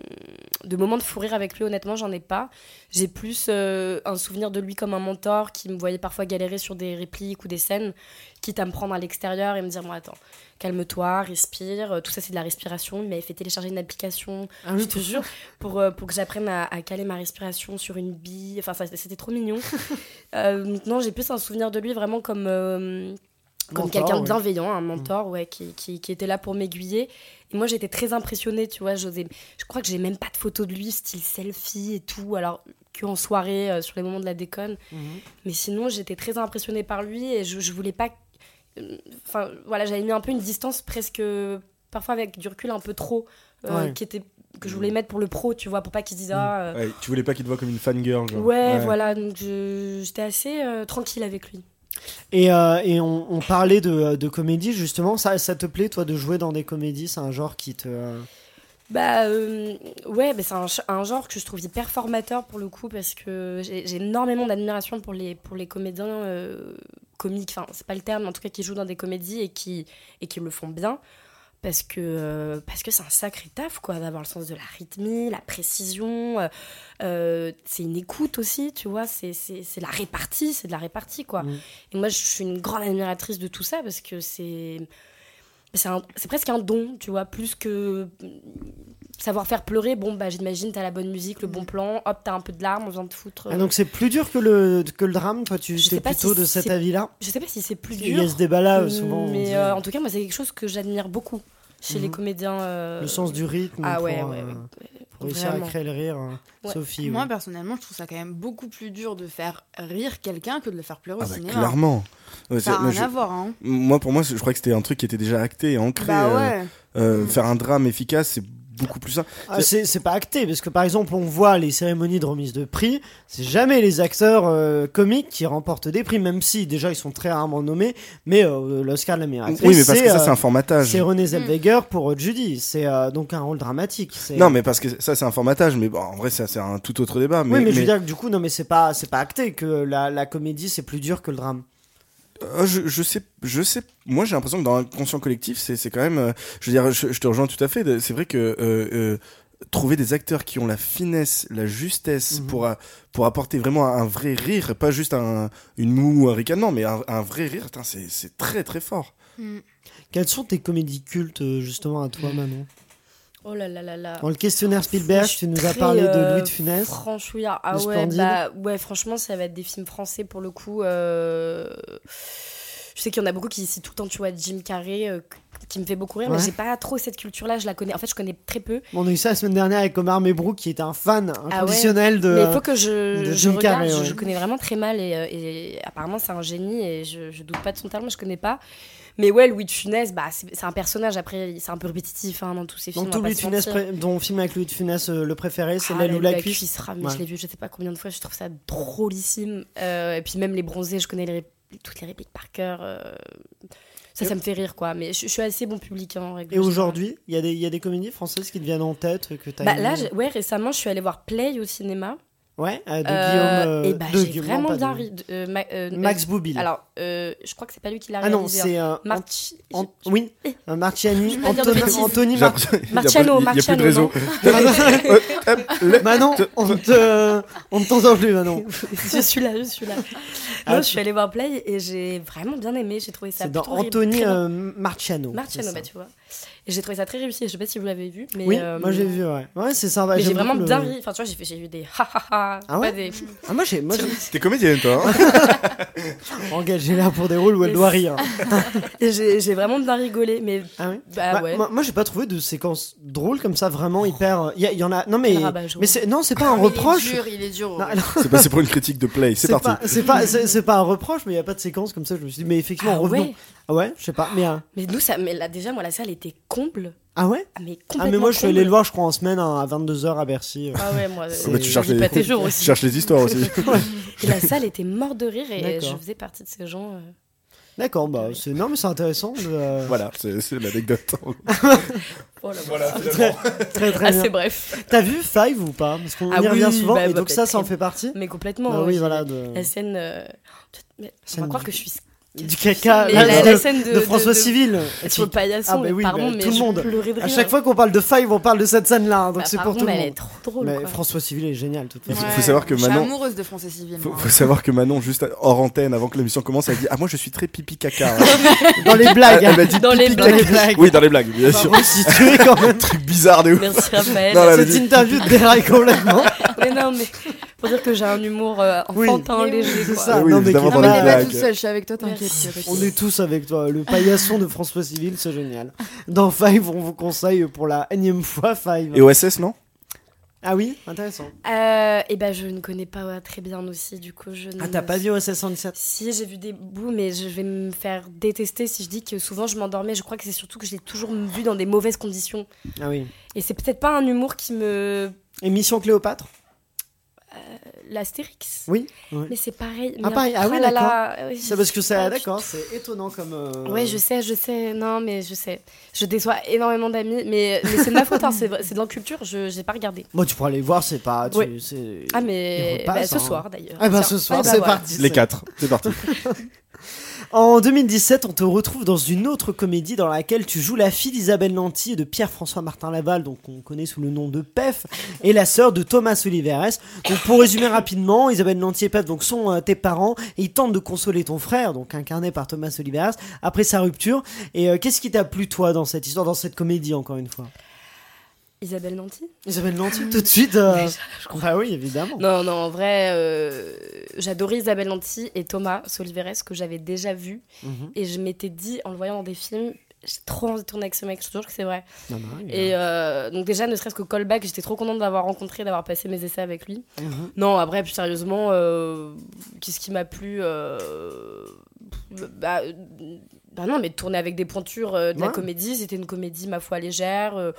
Speaker 6: de moments de fou rire avec lui, honnêtement, j'en ai pas. J'ai plus euh, un souvenir de lui comme un mentor qui me voyait parfois galérer sur des répliques ou des scènes, quitte à me prendre à l'extérieur et me dire Bon, attends, calme-toi, respire. Euh, Tout ça, c'est de la respiration. Il m'avait fait télécharger une application, je te jure, pour, euh, pour que j'apprenne à, à caler ma respiration sur une bille. Enfin, ça, c'était trop mignon. Euh, donc, non, j'ai plus un souvenir de lui vraiment comme. euh, comme
Speaker 5: Mentor,
Speaker 6: quelqu'un de
Speaker 5: ouais.
Speaker 6: bienveillant, un mentor ouais, qui, qui, qui était là pour m'aiguiller. Et moi, j'étais très impressionnée, tu vois. j'osais- Je crois que j'ai même pas de photo de lui, style selfie et tout, alors qu'en soirée, euh, sur les moments de la déconne.
Speaker 5: Mm-hmm.
Speaker 6: Mais sinon, j'étais très impressionnée par lui et je, je voulais pas. euh, Enfin, voilà, j'avais mis un peu une distance presque. Parfois avec du recul un peu trop, euh,
Speaker 5: Ouais.
Speaker 6: qui était, que je voulais mettre pour le pro, tu vois, pour pas qu'il se dise Ah, euh,
Speaker 7: Mm. Ouais, tu voulais pas qu'il te voie comme une fangirl. genre.
Speaker 6: Ouais, voilà, donc je- j'étais assez euh, tranquille avec lui.
Speaker 5: Et, euh, et on, on parlait de, de comédie justement. Ça, ça te plaît toi de jouer dans des comédies C'est un genre qui te euh,
Speaker 6: Bah euh, ouais, bah, c'est un, ch- un genre que je trouve hyper formateur pour le coup parce que j'ai j'ai énormément d'admiration pour les, pour les comédiens euh, comiques, enfin c'est pas le terme, mais en tout cas qui jouent dans des comédies et qui, et qui le font bien parce que euh, parce que c'est un sacré taf quoi d'avoir le sens de la rythmie, la précision, euh, euh, c'est une écoute aussi, tu vois, c'est c'est c'est la répartie, c'est de la répartie quoi.
Speaker 5: Mm.
Speaker 6: Et moi je suis une grande admiratrice de tout ça parce que c'est c'est un- c'est presque un don, tu vois, plus que savoir faire pleurer. Bon, bah, j'imagine, t'as la bonne musique, le bon plan, hop, t'as un peu de larmes, on vient de foutre.
Speaker 5: Mm.
Speaker 6: euh,
Speaker 5: Ah, donc c'est plus dur que le, que le drame, toi tu
Speaker 6: Je
Speaker 5: es
Speaker 6: sais pas
Speaker 5: plutôt
Speaker 6: si
Speaker 5: de cet
Speaker 6: c'est
Speaker 5: avis-là.
Speaker 6: Je sais pas si c'est plus
Speaker 5: Il y a
Speaker 6: dur,
Speaker 5: ce débat-là euh, souvent. on dit,
Speaker 6: mais euh, en tout cas, moi, c'est quelque chose que j'admire beaucoup chez les
Speaker 5: Mhm.
Speaker 6: comédiens. euh,
Speaker 5: le sens du rythme
Speaker 6: Ah
Speaker 5: pour,
Speaker 6: ouais,
Speaker 5: euh,
Speaker 6: ouais, ouais.
Speaker 5: pour réussir
Speaker 6: Vraiment.
Speaker 5: à créer le rire. hein.
Speaker 6: Ouais. bah,
Speaker 5: Sophie,
Speaker 8: Moi,
Speaker 5: oui.
Speaker 8: personnellement, je trouve ça quand même beaucoup plus dur de faire rire quelqu'un que de le faire pleurer
Speaker 7: Ah
Speaker 8: au
Speaker 7: bah,
Speaker 8: cinéma.
Speaker 7: clairement. Ouais, c'est-
Speaker 8: Ça a
Speaker 7: moi,
Speaker 8: rien
Speaker 7: je-
Speaker 8: à voir, hein.
Speaker 7: moi, pour moi, je crois que c'était un truc qui était déjà acté et ancré.
Speaker 8: Bah
Speaker 7: euh,
Speaker 8: ouais.
Speaker 7: euh,
Speaker 8: Mm.
Speaker 7: Faire un drame efficace, c'est beaucoup plus simple.
Speaker 5: Ah, c'est c'est pas acté, parce que par exemple, on voit les cérémonies de remise de prix, c'est jamais les acteurs euh, comiques qui remportent des prix, même si déjà ils sont très rarement nommés, mais euh, l'Oscar de la meilleure actrice,
Speaker 7: oui, mais parce que ça,
Speaker 5: euh,
Speaker 7: c'est un formatage.
Speaker 5: c'est
Speaker 6: Hmm.
Speaker 5: René Zellweger pour euh, Judy, c'est euh, donc un rôle dramatique. c'est- euh,
Speaker 7: Non, mais parce que ça, c'est un formatage. Mais bon, en vrai, ça, c'est un tout autre débat. Mais,
Speaker 5: oui, mais, je
Speaker 7: mais-
Speaker 5: veux dire que du coup, non, mais c'est pas, c'est pas acté que la, la comédie c'est plus dur que le drame.
Speaker 7: Euh, je, je sais, je sais. Moi, j'ai l'impression que dans l'inconscient collectif, c'est c'est quand même. euh, je veux dire, je, je te rejoins tout à fait. de- C'est vrai que. euh, euh, trouver des acteurs qui ont la finesse, la justesse
Speaker 5: Mhm.
Speaker 7: pour a- pour apporter vraiment un vrai rire, pas juste un une moue ou un ricanement, mais un, un vrai rire, putain, c'est c'est très très fort.
Speaker 8: Mm.
Speaker 5: Quelles sont tes comédies cultes euh, justement à toi, Manon
Speaker 6: Oh là là là là.
Speaker 5: Dans le questionnaire Spielberg,
Speaker 6: Je suis
Speaker 5: tu nous as
Speaker 6: très,
Speaker 5: parlé de
Speaker 6: euh,
Speaker 5: Louis de Funès.
Speaker 6: Franchouillard. Ah
Speaker 5: Le
Speaker 6: ouais,
Speaker 5: Splendide.
Speaker 6: bah, ouais, franchement, ça va être des films français pour le coup. euh, Je sais qu'il y en a beaucoup qui citent tout le temps, tu vois, Jim Carrey, euh, qui me fait beaucoup rire,
Speaker 5: Ouais.
Speaker 6: mais j'ai pas trop cette culture-là. Je la connais. En fait, je connais très peu.
Speaker 5: On a eu ça la semaine dernière avec Omar Mebrook, qui était un fan
Speaker 6: Ah ouais.
Speaker 5: inconditionnel de.
Speaker 6: mais il faut que je,
Speaker 5: de
Speaker 6: je
Speaker 5: Jim
Speaker 6: regarde.
Speaker 5: Carrey,
Speaker 6: je,
Speaker 5: ouais.
Speaker 6: je connais vraiment très mal et, euh, et apparemment, c'est un génie et je, je doute pas de son talent, je connais pas. Mais ouais, Louis de Funès, bah, c'est c'est un personnage. Après, il- c'est un peu répétitif hein, dans tous ses films.
Speaker 5: Donc
Speaker 6: on
Speaker 5: ton,
Speaker 6: va pas
Speaker 5: Louis de
Speaker 6: se
Speaker 5: Funès
Speaker 6: mentir.
Speaker 5: pré- ton film avec Louis de Funès, euh, le préféré, c'est
Speaker 6: Ah,
Speaker 5: La
Speaker 6: la
Speaker 5: Loue la
Speaker 6: Loue, la
Speaker 5: cuisse.
Speaker 6: cuisse, ah, mais
Speaker 5: Ouais.
Speaker 6: je l'ai vu je sais pas combien de fois, je trouve ça drôlissime. Euh, et puis même les bronzés, je connais les ré- toutes les répliques par cœur. euh, Ça,
Speaker 5: Et-
Speaker 6: ça me fait rire, quoi. Mais je, je suis assez bon public. hein, en règle
Speaker 5: Et
Speaker 6: générale.
Speaker 5: aujourd'hui, il y, a des- il y a des comédies françaises qui te viennent en tête que t'as
Speaker 6: bah,
Speaker 5: aimées
Speaker 6: Là, j'ai- ouais, récemment, je suis allée voir Play au cinéma.
Speaker 5: Ouais, euh, de
Speaker 6: Euh,
Speaker 5: Guillaume. euh,
Speaker 6: et bah,
Speaker 5: de
Speaker 6: j'ai
Speaker 5: Guillaume,
Speaker 6: vraiment
Speaker 5: pas de-
Speaker 6: bien ri. de- euh, Ma- euh,
Speaker 5: Max
Speaker 6: euh,
Speaker 5: Boublil.
Speaker 6: Alors, euh, je crois que c'est pas lui qui l'a
Speaker 5: ah non,
Speaker 6: réalisé. hein.
Speaker 5: c'est. euh,
Speaker 6: March-
Speaker 5: An- An- Oui, euh, Marciani,
Speaker 6: Je vais pas dire de
Speaker 5: Anthony,
Speaker 6: bêtises.
Speaker 5: Anthony
Speaker 7: J'ai
Speaker 5: Mar-
Speaker 7: l'impression- il y a pas-
Speaker 6: Marciano,
Speaker 7: il y a plus de
Speaker 6: Marciano,
Speaker 7: réseau.
Speaker 6: non
Speaker 7: Euh, hop, le-
Speaker 5: Manon, on te, euh, on ne t'entend plus, Manon.
Speaker 6: je suis là, je suis là.
Speaker 5: Ah,
Speaker 6: Non, je
Speaker 5: tu-
Speaker 6: suis allée voir Play et j'ai vraiment bien aimé. J'ai trouvé ça
Speaker 5: C'est dans
Speaker 6: plutôt ri-
Speaker 5: Anthony
Speaker 6: très bien.
Speaker 5: euh, Marciano.
Speaker 6: Marciano,
Speaker 5: c'est ça.
Speaker 6: bah, tu vois. Et j'ai trouvé ça très réussi. Je sais pas si vous l'avez vu, mais.
Speaker 5: Oui,
Speaker 6: euh,
Speaker 5: moi j'ai vu, ouais. Ouais, c'est sympa.
Speaker 6: Mais j'ai
Speaker 5: j'aime
Speaker 6: vraiment
Speaker 5: beaucoup le-
Speaker 6: bien ri. Enfin, tu vois, j'ai fait- j'ai eu des ha ha ha.
Speaker 5: Ah ouais
Speaker 6: pas des...
Speaker 5: Ah, moi j'ai, moi
Speaker 7: T'es comédienne, toi. hein
Speaker 5: j'ai engagé là pour des rôles où elle
Speaker 6: Et
Speaker 5: doit
Speaker 6: c'est-
Speaker 5: rire.
Speaker 6: Et j'ai j'ai vraiment bien rigolé. Mais
Speaker 5: Ah oui.
Speaker 6: bah,
Speaker 5: Bah,
Speaker 6: ouais. Oh.
Speaker 5: Moi, moi, j'ai pas trouvé de séquence drôle comme ça, vraiment hyper. euh, Il y, a- y en a. Non mais.
Speaker 6: Quel rabat-joie.
Speaker 5: Mais c'est non, c'est
Speaker 6: Ah
Speaker 5: pas un
Speaker 8: Il est
Speaker 5: reproche.
Speaker 8: dur, il est dur.
Speaker 5: Non,
Speaker 8: Aurélien.
Speaker 5: alors,
Speaker 7: c'est passé pour une critique de play. C'est parti.
Speaker 5: pas, c'est pas, c'est, c'est pas un reproche, mais il y a pas de séquence comme ça. Je me suis dit, mais effectivement,
Speaker 6: Ah
Speaker 5: revenons.
Speaker 6: ouais.
Speaker 5: Ah ouais, je sais pas. Mais euh,
Speaker 6: Mais nous, ça, mais là, déjà, moi, la salle était comble.
Speaker 5: ah ouais.
Speaker 6: Ah, mais complètement.
Speaker 5: Ah mais moi, je suis allé le
Speaker 6: comble.
Speaker 5: voir, je crois, en semaine hein, à 22 h à Bercy.
Speaker 6: Ah ouais, moi.
Speaker 5: Ah
Speaker 6: euh,
Speaker 5: bah, tu
Speaker 6: je
Speaker 7: cherches
Speaker 6: vis
Speaker 7: les-
Speaker 6: pas tes jours
Speaker 7: Je
Speaker 6: aussi.
Speaker 7: cherche les histoires aussi.
Speaker 6: Et la salle était morte de rire et
Speaker 5: D'accord.
Speaker 6: je faisais partie de ces gens. euh.
Speaker 5: D'accord,
Speaker 6: Ah
Speaker 5: bah c'est non, mais c'est intéressant. de, euh,
Speaker 7: voilà, c'est c'est l'anecdote. voilà,
Speaker 5: Très très bien.
Speaker 6: Oh Assez bref.
Speaker 5: T'as vu Five ou pas Parce qu'on
Speaker 6: Ah
Speaker 5: y
Speaker 6: oui,
Speaker 5: revient souvent
Speaker 6: bah,
Speaker 5: et
Speaker 6: bah,
Speaker 5: donc ça, ça en
Speaker 6: peut-être.
Speaker 5: fait partie.
Speaker 6: Mais complètement.
Speaker 5: Bah
Speaker 6: euh,
Speaker 5: oui,
Speaker 6: j'ai-
Speaker 5: voilà, de-
Speaker 6: La scène. euh, mais On
Speaker 5: Scène
Speaker 6: va croire
Speaker 5: du-
Speaker 6: que je suis.
Speaker 5: du caca
Speaker 6: Mais
Speaker 5: là,
Speaker 6: la,
Speaker 5: de,
Speaker 6: la scène de,
Speaker 5: de François
Speaker 6: de-
Speaker 5: Civil.
Speaker 6: de- Sur le paillasson,
Speaker 5: Ah, bah
Speaker 6: mais
Speaker 5: oui,
Speaker 6: pardon,
Speaker 5: bah,
Speaker 6: mais
Speaker 5: tout le
Speaker 6: je
Speaker 5: monde.
Speaker 6: pleurais de
Speaker 5: À
Speaker 6: rire.
Speaker 5: chaque fois qu'on parle de Five, on parle de cette scène-là, hein, donc
Speaker 6: Bah,
Speaker 5: c'est
Speaker 6: par
Speaker 5: pour
Speaker 6: contre,
Speaker 5: tout le
Speaker 6: mais Elle est
Speaker 5: monde.
Speaker 6: trop drôle.
Speaker 5: Mais
Speaker 6: quoi.
Speaker 5: François Civil est génial, de toute
Speaker 7: Il
Speaker 5: façon.
Speaker 7: faut savoir que
Speaker 8: Je suis
Speaker 7: Manon-
Speaker 8: amoureuse de Français Civil.
Speaker 7: Faut,
Speaker 8: moi.
Speaker 7: faut savoir que Manon, juste hors antenne, avant que l'émission commence, elle dit Ah, moi je suis très pipi caca. hein.
Speaker 5: Dans les blagues,
Speaker 7: Elle,
Speaker 5: hein.
Speaker 7: elle a dit
Speaker 6: Dans les
Speaker 7: pipi
Speaker 5: dans
Speaker 7: caca.
Speaker 5: les blagues.
Speaker 7: eh, bah, Oui, dans les blagues, bien sûr.
Speaker 5: Vous situez quand même.
Speaker 7: Truc bizarre de ouf.
Speaker 6: Merci Raphaël.
Speaker 7: Non, là,
Speaker 5: Cette
Speaker 7: vas-y.
Speaker 5: interview déraille complètement.
Speaker 6: mais non, mais pour dire que j'ai un humour euh,
Speaker 5: Oui.
Speaker 6: enfantin,
Speaker 8: Mais oui,
Speaker 6: léger.
Speaker 5: C'est
Speaker 6: quoi.
Speaker 5: ça.
Speaker 7: Ah oui,
Speaker 5: non, mais
Speaker 7: évidemment,
Speaker 5: qui-
Speaker 8: Non, mais
Speaker 7: dans
Speaker 8: t'es
Speaker 7: les
Speaker 5: bah,
Speaker 8: pas
Speaker 7: blagues.
Speaker 8: toute seule, je suis avec toi, t'inquiète.
Speaker 6: Merci.
Speaker 8: y a pas de
Speaker 5: On
Speaker 8: souci.
Speaker 5: est tous avec toi. Le paillasson de François Civil, c'est génial. Dans Five, on vous conseille pour la énième fois Five.
Speaker 7: Et OSS, non
Speaker 5: Ah oui, intéressant.
Speaker 6: Euh, et ben, je ne connais pas ouais, très bien aussi, du coup, je.
Speaker 5: Ah,
Speaker 6: ne-
Speaker 5: t'as pas vu OSS 117
Speaker 6: Si, j'ai vu des bouts, mais je vais me faire détester si je dis que souvent je m'endormais. Je crois que c'est surtout que je l'ai toujours vu dans des mauvaises conditions.
Speaker 5: Ah oui.
Speaker 6: Et c'est peut-être pas un humour qui me.
Speaker 5: Émission Cléopâtre
Speaker 6: l'Astérix.
Speaker 5: Oui, ouais.
Speaker 6: Mais c'est pareil.
Speaker 5: Ah,
Speaker 6: mais
Speaker 5: pareil. Ah oui,
Speaker 6: là là, oui,
Speaker 5: C'est parce que ça,
Speaker 6: pas du
Speaker 5: d'accord,
Speaker 6: tout.
Speaker 5: c'est étonnant comme. euh,
Speaker 6: Ah, Ouais, je sais, je sais. Non, mais je sais. Je déçois énormément d'amis, mais, mais c'est de ma faute. hein, C'est c'est de l'inculture. Je j'ai pas regardé.
Speaker 5: Moi, tu pourras aller voir, c'est pas. tu-
Speaker 6: Ouais.
Speaker 5: c'est-
Speaker 6: Ah, mais
Speaker 5: Il repasse,
Speaker 6: bah, ce
Speaker 5: hein.
Speaker 6: soir d'ailleurs.
Speaker 5: Ah bah
Speaker 6: Tiens.
Speaker 5: ce soir,
Speaker 6: Ah bah,
Speaker 5: c'est
Speaker 6: voilà.
Speaker 5: parti.
Speaker 7: Les
Speaker 5: ça.
Speaker 7: quatre, c'est parti.
Speaker 5: En 2017, on te retrouve dans une autre comédie dans laquelle tu joues la fille d'Isabelle Nanty et de Pierre-François Martin Laval, donc qu'on connaît sous le nom de PEF, et la sœur de Thomas Oliveres. Donc pour résumer rapidement, Isabelle Nanty et PEF donc, sont euh, tes parents et ils tentent de consoler ton frère, donc incarné par Thomas Oliveres, après sa rupture. Et euh, qu'est-ce qui t'a plu toi dans cette histoire, dans cette comédie encore une fois
Speaker 6: Isabelle Nanty.
Speaker 5: Isabelle Nanty tout de suite euh,
Speaker 6: Déjà,
Speaker 5: Bah oui, évidemment.
Speaker 6: Non, non, en vrai, euh, j'adorais Isabelle Nanty et Thomas Soliveres que j'avais déjà vu.
Speaker 5: Mhm.
Speaker 6: Et je m'étais dit, en le voyant dans des films, j'ai trop envie de tourner avec ce mec. Je te jure que c'est vrai.
Speaker 5: Non, non, il y a-
Speaker 6: Et euh, donc, déjà, ne serait-ce que callback, j'étais trop contente d'avoir rencontré, d'avoir passé mes essais avec lui.
Speaker 5: Mhm.
Speaker 6: Non, après, plus sérieusement, euh, qu'est-ce qui m'a plu euh, bah, euh, bah non, mais de tourner avec des pointures euh, de la
Speaker 5: Ouais.
Speaker 6: comédie, c'était une comédie, ma foi, légère. euh,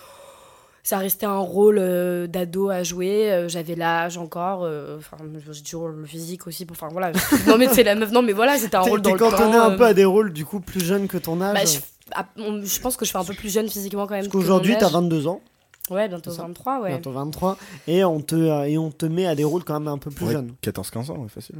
Speaker 6: ça restait un rôle euh, d'ado à jouer. euh, J'avais l'âge encore. euh, Enfin, j'ai toujours le physique aussi. pour- Enfin, voilà. non, mais c'est la meuf. Non, mais voilà, c'était un
Speaker 5: T'es
Speaker 6: rôle dans
Speaker 5: t'es
Speaker 6: le temps.
Speaker 5: cantonné un
Speaker 6: euh,
Speaker 5: peu à des rôles du coup plus jeunes que ton âge.
Speaker 6: bah, je, ah, on- je pense que je fais un peu plus jeune physiquement quand même.
Speaker 5: Parce
Speaker 6: que mon
Speaker 5: qu'aujourd'hui, t'as
Speaker 6: âge.
Speaker 5: 22 ans.
Speaker 6: Ouais, bientôt
Speaker 5: c'est ça.
Speaker 6: 23, ouais.
Speaker 5: bientôt 23, et on te, euh, et on te met à des rôles quand même un peu plus
Speaker 7: Ouais,
Speaker 5: jeunes.
Speaker 7: 14-15 ans, ouais, facile.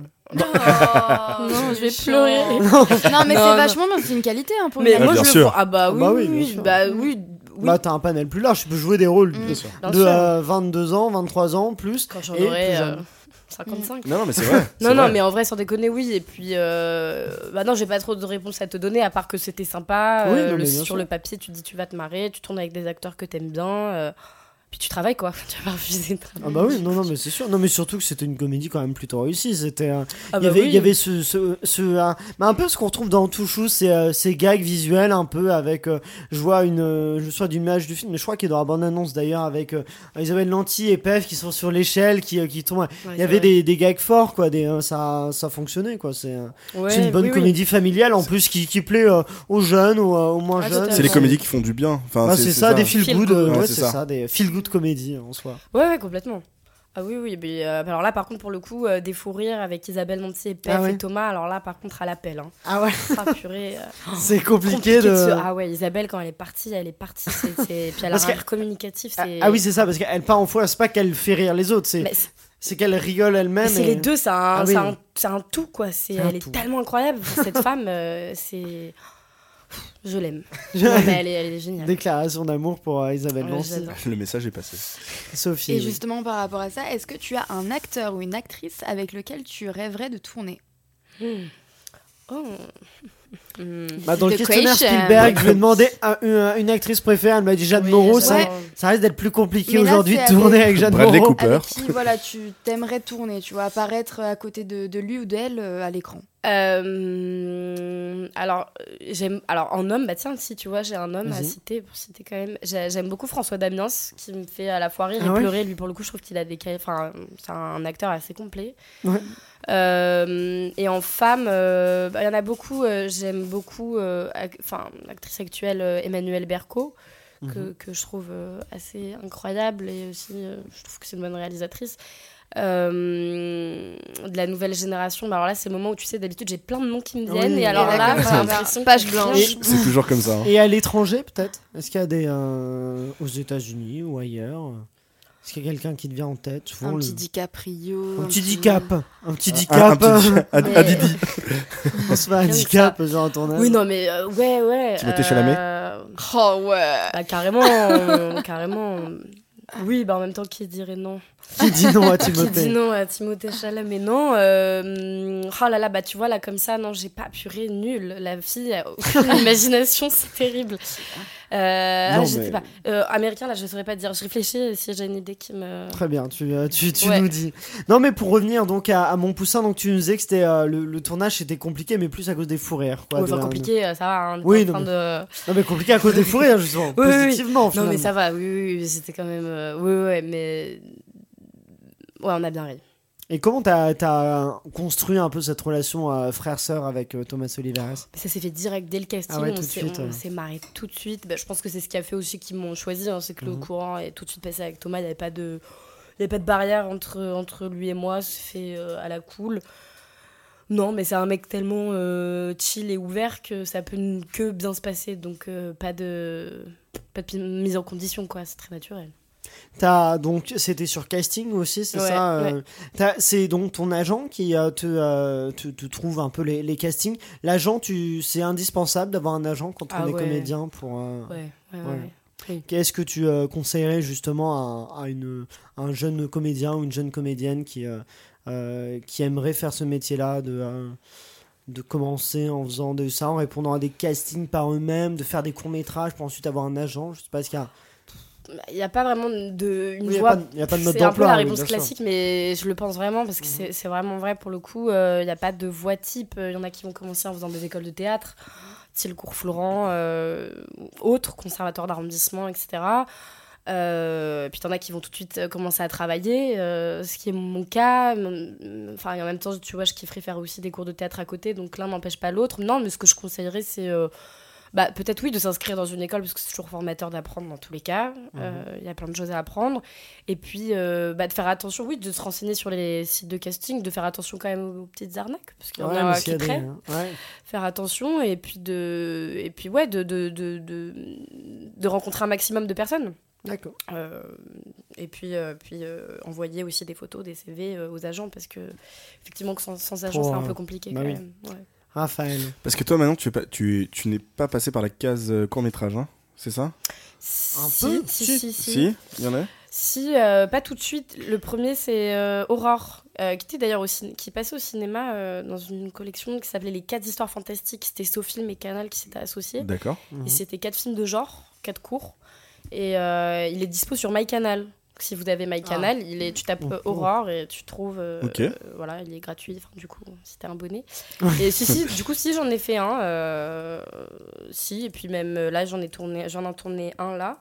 Speaker 6: Non, je vais
Speaker 8: Méchant.
Speaker 6: pleurer.
Speaker 8: Non, mais
Speaker 6: Non,
Speaker 8: c'est
Speaker 6: non.
Speaker 8: vachement bien, c'est une qualité hein, pour
Speaker 6: Mais
Speaker 8: une
Speaker 7: Ah,
Speaker 6: moi,
Speaker 7: bien
Speaker 6: je
Speaker 7: sûr.
Speaker 6: le prends. Ah bah oui,
Speaker 5: Bah oui,
Speaker 6: oui,
Speaker 5: bien
Speaker 6: oui,
Speaker 5: sûr.
Speaker 6: bah oui, oui.
Speaker 5: Là, t'as un panel plus large, tu peux jouer des rôles
Speaker 8: Mm,
Speaker 5: de,
Speaker 6: bien
Speaker 5: de,
Speaker 6: sûr.
Speaker 5: euh, 22 ans, 23 ans, plus.
Speaker 6: quand j'en
Speaker 5: et plus
Speaker 6: aurai euh,
Speaker 5: jeune.
Speaker 6: 55.
Speaker 7: Non, non, mais c'est vrai.
Speaker 6: Non,
Speaker 7: c'est
Speaker 6: non,
Speaker 7: vrai.
Speaker 6: mais en vrai, sans déconner, oui. Et puis, euh, bah non, j'ai pas trop de réponses à te donner, à part que c'était sympa.
Speaker 5: Oui,
Speaker 6: Euh,
Speaker 5: non,
Speaker 6: le-
Speaker 5: mais bien
Speaker 6: sur
Speaker 5: sûr.
Speaker 6: le papier, tu te dis tu vas te marrer, tu tournes avec des acteurs que t'aimes bien, euh, puis tu travailles quoi. tu vas pas refuser de travailler.
Speaker 5: Ah bah oui, non, non, mais c'est sûr. Non, mais surtout que c'était une comédie quand même plutôt réussie. C'était, euh,
Speaker 6: Ah
Speaker 5: il y
Speaker 6: bah
Speaker 5: avait,
Speaker 6: oui.
Speaker 5: il y avait ce, ce, ce, euh, bah, un peu ce qu'on retrouve dans Touchou, c'est euh, ces gags visuels un peu avec, euh, je vois une, euh, je vois d'une image du film, mais je crois qu'il est dans la bande annonce d'ailleurs avec euh, Isabelle Lanty et Pef qui sont sur l'échelle, qui, euh, qui tombent.
Speaker 6: Ouais,
Speaker 5: Il y
Speaker 6: c'est
Speaker 5: avait
Speaker 6: vrai.
Speaker 5: des, des gags forts, quoi. Des, euh, ça, ça fonctionnait, quoi. C'est. euh,
Speaker 6: Ouais,
Speaker 5: c'est une bonne
Speaker 6: oui, oui.
Speaker 5: comédie familiale en plus qui, qui plaît euh, aux jeunes ou aux moins
Speaker 6: Ah,
Speaker 5: jeunes.
Speaker 6: totalement.
Speaker 7: C'est les comédies qui font du bien. Enfin,
Speaker 5: Bah, c'est ça, des feel
Speaker 6: Feel
Speaker 5: good,
Speaker 6: good.
Speaker 5: euh, ouais,
Speaker 7: Ouais,
Speaker 5: c'est
Speaker 7: c'est
Speaker 5: ça.
Speaker 7: ça.
Speaker 5: des feel good comédies en soi.
Speaker 6: Ouais, ouais, complètement. Ah oui, oui. Mais, euh, alors là, par contre, pour le coup, euh, des fous rires avec Isabelle Nanty et Pef
Speaker 5: Ah ouais.
Speaker 6: et Thomas. Alors là, par contre, à l'appel. Hein.
Speaker 5: Ah ouais,
Speaker 6: Ah, purée. euh,
Speaker 5: c'est
Speaker 6: compliqué
Speaker 5: compliqué
Speaker 6: de se-
Speaker 5: de.
Speaker 6: Ah ouais, Isabelle, quand elle est partie, elle est partie. c'est c'est- Puis elle a
Speaker 5: Parce
Speaker 6: un
Speaker 5: que-
Speaker 6: air communicatif.
Speaker 5: Ah,
Speaker 6: c'est-
Speaker 5: ah oui, c'est ça, parce qu'elle part en fois, c'est pas qu'elle fait rire les autres, c'est
Speaker 6: Mais c'est
Speaker 5: c'est qu'elle rigole
Speaker 6: mais
Speaker 5: elle-même.
Speaker 6: c'est
Speaker 5: et-
Speaker 6: les deux, c'est un,
Speaker 5: Ah
Speaker 6: c'est
Speaker 5: oui.
Speaker 6: un- c'est un tout, quoi. C'est
Speaker 5: C'est un
Speaker 6: elle
Speaker 5: tout.
Speaker 6: est tellement incroyable, cette femme. euh, c'est. Je l'aime. Non, mais elle, est, elle est géniale.
Speaker 5: Déclaration d'amour pour euh, Isabelle
Speaker 6: Ouais,
Speaker 5: Nancy.
Speaker 6: Ah, j'adore.
Speaker 7: Le message est passé.
Speaker 5: Sophie.
Speaker 8: Et
Speaker 5: oui.
Speaker 8: justement, par rapport à ça, est-ce que tu as un acteur ou une actrice avec lequel tu rêverais de tourner
Speaker 6: Oh. Hmm.
Speaker 5: Bah, dans le
Speaker 8: The
Speaker 5: questionnaire
Speaker 8: question.
Speaker 5: Spielberg, je lui ai demandé à une, à une actrice préférée, elle m'a dit Jeanne
Speaker 6: euh, Oui,
Speaker 5: Moreau.
Speaker 6: j'adore.
Speaker 5: Ça,
Speaker 8: Ouais.
Speaker 5: ça risque d'être plus compliqué
Speaker 8: Mais là,
Speaker 5: aujourd'hui de
Speaker 8: c'est
Speaker 5: tourner
Speaker 8: avec-
Speaker 5: avec Jeanne
Speaker 7: Bradley
Speaker 5: Moreau.
Speaker 7: Cooper. Peur.
Speaker 8: Avec qui, voilà, tu t'aimerais tourner, tu vois, apparaître à côté de, de lui ou d'elle euh, à l'écran
Speaker 6: Euh, alors, euh, j'aime. Alors, en homme, bah tiens, si tu vois, j'ai un homme à
Speaker 5: Vas-y.
Speaker 6: citer, pour citer quand même. J'ai- J'aime beaucoup François Damiens, qui me fait à la fois rire
Speaker 5: Ah
Speaker 6: et
Speaker 5: ouais
Speaker 6: pleurer. Lui, pour le coup, je trouve qu'il a des. quali- Enfin, c'est un acteur assez complet.
Speaker 5: Ouais.
Speaker 6: Euh, et en femme, euh, bah, il y en a beaucoup. euh, J'aime beaucoup, euh, ac- enfin, l'actrice actuelle euh, Emmanuelle Berco, que, que je trouve euh, assez incroyable et aussi, euh, je trouve que c'est une bonne réalisatrice. Euh, de la nouvelle génération. Bah, alors là, c'est le moment où tu sais, d'habitude, j'ai plein de noms qui me viennent.
Speaker 5: Oui.
Speaker 6: Et alors
Speaker 8: Et
Speaker 6: là,
Speaker 8: d'accord,
Speaker 6: j'ai
Speaker 8: ça va.
Speaker 6: l'impression.
Speaker 8: Page
Speaker 6: que-
Speaker 8: blanche.
Speaker 7: C'est toujours comme ça. hein.
Speaker 5: Et à l'étranger, peut-être Est-ce qu'il y a des. euh, aux États-Unis ou ailleurs euh, Est-ce qu'il y a quelqu'un qui te vient en tête souvent,
Speaker 8: Un
Speaker 5: le-
Speaker 8: petit DiCaprio.
Speaker 5: un petit handicap. Un petit
Speaker 7: Un- un
Speaker 5: handicap.
Speaker 7: petit- un-
Speaker 6: Mais-
Speaker 7: un Didi.
Speaker 5: On se fait un handicap, genre en tournage.
Speaker 6: Ah Oui, non, mais euh, ouais, ouais.
Speaker 7: Timothée Chalamet
Speaker 6: euh,
Speaker 8: Oh ouais
Speaker 6: bah, carrément, euh, carrément. euh, Oui, bah en même temps, qui dirait non
Speaker 5: Qui dit non à
Speaker 6: Qui dit
Speaker 5: Timothée
Speaker 6: non à Timothée Chalamet Non. euh, oh là là, bah tu vois, là, comme ça, non, j'ai pas puré nul. La fille a aucune imagination, c'est terrible. Euh,
Speaker 5: Non,
Speaker 6: ah, je
Speaker 5: mais-
Speaker 6: sais pas. Euh, américain, là, je saurais pas dire. Je réfléchis si j'ai une idée qui me.
Speaker 5: Très bien, tu, euh, tu, tu
Speaker 6: Ouais.
Speaker 5: nous dis. Non, mais pour revenir donc à, à Mon Poussin, donc tu nous disais que c'était, euh, le, le tournage c'était compliqué, mais plus à cause des fous rires. Quoi,
Speaker 6: Ouais,
Speaker 5: de
Speaker 6: enfin,
Speaker 5: la-
Speaker 6: compliqué, ça va. hein, on est
Speaker 5: Oui,
Speaker 6: pas en
Speaker 5: non,
Speaker 6: train de...
Speaker 5: Non, mais compliqué à cause des fous rires, justement.
Speaker 6: oui, oui.
Speaker 5: positivement,
Speaker 6: Non,
Speaker 5: finalement.
Speaker 6: mais ça va, oui, oui, oui, c'était quand même. euh, Oui, oui, mais. Ouais, on a bien ri.
Speaker 5: Et comment t'as, t'as construit un peu cette relation euh, frère-sœur avec euh, Thomas Olivares
Speaker 6: Mais Ça s'est fait direct dès le casting,
Speaker 5: Ah ouais, tout
Speaker 6: on
Speaker 5: de
Speaker 6: s'est-
Speaker 5: suite,
Speaker 6: on
Speaker 5: ouais.
Speaker 6: s'est marré tout de
Speaker 5: Mhm.
Speaker 6: suite. Bah, je pense que c'est ce qui a fait aussi qu'ils m'ont choisi, hein, c'est que le courant est tout de suite passé avec Thomas, il n'y avait pas de. n'y a pas de barrière entre, entre lui et moi, c'est fait euh, à la cool. Non, mais c'est un mec tellement euh, chill et ouvert que ça peut n- que bien se passer, donc euh, pas, de, pas de pi- mise en condition, quoi, c'est très naturel.
Speaker 5: T'as donc c'était sur casting aussi, c'est
Speaker 6: Ouais,
Speaker 5: ça. euh, t'as- C'est donc ton agent qui euh, te, euh, te, te trouve un peu les, les castings. L'agent, tu, c'est indispensable d'avoir un agent quand on
Speaker 6: Ah
Speaker 5: est
Speaker 6: ouais.
Speaker 5: comédien pour. euh,
Speaker 6: Ouais, ouais, ouais.
Speaker 5: Ouais.
Speaker 6: ouais.
Speaker 5: Qu'est-ce que tu euh, conseillerais justement à, à une, à un jeune comédien ou une jeune comédienne qui, euh, euh, qui aimerait faire ce métier-là de, euh, de commencer en faisant de ça, en répondant à des castings par eux-mêmes, de faire des courts-métrages pour ensuite avoir un agent Je sais pas ce qu'il y a.
Speaker 6: Bah, Il n'y a pas vraiment de, une
Speaker 5: Oui, y a
Speaker 6: voie.
Speaker 5: pas de- y a pas de mode
Speaker 6: C'est un peu
Speaker 5: d'emploi,
Speaker 6: la
Speaker 5: oui,
Speaker 6: réponse
Speaker 5: bien sûr.
Speaker 6: classique, mais je le pense vraiment parce que c'est- c'est vraiment vrai pour le coup. Il n'y a pas de voie type. Il y en a qui vont commencer en faisant des écoles de théâtre, style cours Florent, euh, autres conservatoires d'arrondissement, etc. Euh, et puis t'en as qui vont tout de suite euh, commencer à travailler, euh, ce qui est mon cas. Mon- Enfin, et en même temps, tu vois, je kifferais faire aussi des cours de théâtre à côté, donc l'un n'empêche pas l'autre. Non, mais ce que je conseillerais, c'est euh, bah, peut-être oui de s'inscrire dans une école parce que c'est toujours formateur d'apprendre dans tous les cas.
Speaker 5: Mmh.
Speaker 6: Euh, Il y a plein de choses à apprendre. Et puis euh, bah, de faire attention, oui, de se renseigner sur les sites de casting, de faire attention quand même aux petites arnaques parce qu'il y en
Speaker 5: Ouais,
Speaker 6: a
Speaker 5: mais
Speaker 6: euh,
Speaker 5: s'il y
Speaker 6: qui
Speaker 5: a des-
Speaker 6: traînent
Speaker 5: hein. ouais.
Speaker 6: faire attention et puis de et puis ouais de de, de, de, de rencontrer un maximum de personnes
Speaker 5: D'accord.
Speaker 6: Euh, et puis euh, puis euh, envoyer aussi des photos des CV euh, aux agents parce que effectivement que sans, sans agent
Speaker 5: Pour,
Speaker 6: c'est un
Speaker 5: euh,
Speaker 6: peu compliqué
Speaker 5: bah
Speaker 6: quand
Speaker 5: oui.
Speaker 6: même ouais.
Speaker 5: Raphaël.
Speaker 7: Parce que toi, maintenant, tu, es pas- tu, tu n'es pas passé par la case euh, court-métrage, hein c'est ça
Speaker 5: Un
Speaker 6: si,
Speaker 5: peu,
Speaker 6: si
Speaker 5: si.
Speaker 6: si si
Speaker 7: Si Il y en a
Speaker 6: Si, euh, pas tout de suite. Le premier, c'est euh, Aurore, euh, qui était d'ailleurs au cin- qui passait au cinéma euh, dans une collection qui s'appelait Les 4 histoires fantastiques. C'était Sofilm et Canal qui s'étaient associés.
Speaker 7: D'accord.
Speaker 5: Mhm.
Speaker 6: Et c'était quatre films de genre, quatre cours. Et euh, il est dispo sur MyCanal. Donc, Si vous avez MyCanal, il est, tu tapes euh, Aurore et tu trouves. euh,
Speaker 7: Ok.
Speaker 6: euh, voilà, il est gratuit. Enfin, du coup, si t'es un bonnet. et si, si, du coup, si j'en ai fait un. euh, si, et puis même euh, là, j'en ai tourné, j'en ai tourné un là.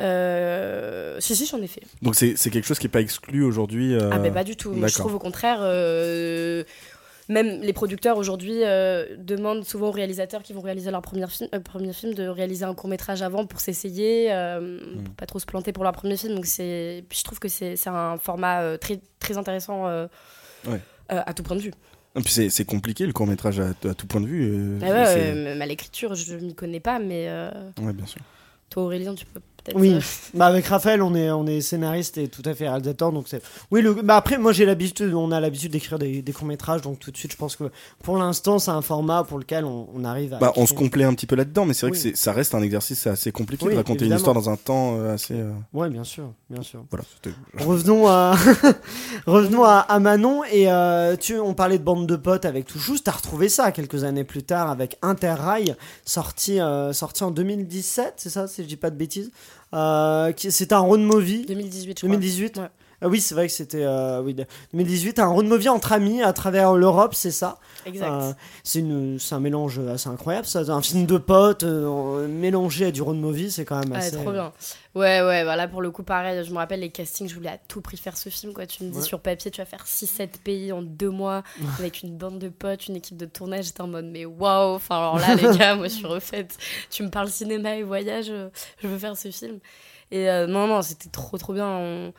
Speaker 6: Euh, si, si, j'en ai fait.
Speaker 7: Donc c'est c'est quelque chose qui n'est pas exclu aujourd'hui. euh,
Speaker 6: Ah ben pas du tout. Moi, je
Speaker 7: d'accord.
Speaker 6: trouve au contraire, euh, même les producteurs aujourd'hui euh, demandent souvent aux réalisateurs qui vont réaliser leur premier film, euh, premier film de réaliser un court métrage avant pour s'essayer, euh,
Speaker 7: Hmm.
Speaker 6: pour pas trop se planter pour leur premier film. Donc c'est, puis je trouve que c'est c'est un format euh, très très intéressant. euh,
Speaker 7: Ouais.
Speaker 6: euh, à tout point de vue.
Speaker 7: Et puis c'est c'est compliqué le court-métrage à, à tout point de vue. euh,
Speaker 6: Ah ouais,
Speaker 7: c'est-
Speaker 6: euh, même à l'écriture, je m'y connais pas, mais euh,
Speaker 7: ouais, bien sûr.
Speaker 6: toi Aurélien, tu peux peut-être.
Speaker 5: Oui,
Speaker 6: euh,
Speaker 5: bah avec Raphaël, on est, on est scénariste et tout à fait réalisateur. Donc c'est... Oui, le... bah après, moi j'ai l'habitude, on a l'habitude d'écrire des, des courts-métrages, donc tout de suite, je pense que pour l'instant, c'est un format pour lequel on, on arrive
Speaker 6: Ah,
Speaker 5: à.
Speaker 7: Bah, on se
Speaker 5: comprend.
Speaker 7: complait un petit peu là-dedans, mais c'est vrai
Speaker 5: Oui.
Speaker 7: que c'est- ça reste un exercice assez compliqué
Speaker 5: Oui,
Speaker 7: de raconter
Speaker 5: évidemment.
Speaker 7: une histoire dans un temps euh, assez. euh,
Speaker 5: Ouais, bien sûr, bien sûr.
Speaker 7: voilà. c'était-
Speaker 5: Revenons à, revenons à, à Manon et euh, tu, on parlait de bande de potes avec Touchous. T'as retrouvé ça quelques années plus tard avec Interrail, sorti, euh, sorti en 2017, c'est ça, si je dis pas de bêtises. Euh, qui- c'est un road movie.
Speaker 6: 2018. Je crois.
Speaker 5: 2018
Speaker 6: Ouais.
Speaker 5: Ah oui, c'est vrai que c'était euh, oui, de- 2018, un road movie entre amis à travers l'Europe, c'est ça
Speaker 6: Exact.
Speaker 7: Ah,
Speaker 5: Euh, C'est une- c'est un mélange assez incroyable, ça. C'est Un film de potes euh, mélangé à du road movie, c'est quand même
Speaker 6: Ouais,
Speaker 5: assez...
Speaker 6: Ah, trop bien. Ouais, ouais, voilà, pour le coup, pareil, je me rappelle les castings, je voulais à tout prix faire ce film, quoi. Tu me dis
Speaker 5: Ouais.
Speaker 6: sur papier, tu vas faire 6-7 pays en deux mois, avec une bande de potes, une équipe de tournage, j'étais en mode, mais waouh, enfin, alors là, les gars, moi, je suis refaite. Tu me parles cinéma et voyage, euh, je veux faire ce film. Et euh, non, non, c'était trop, trop bien. On-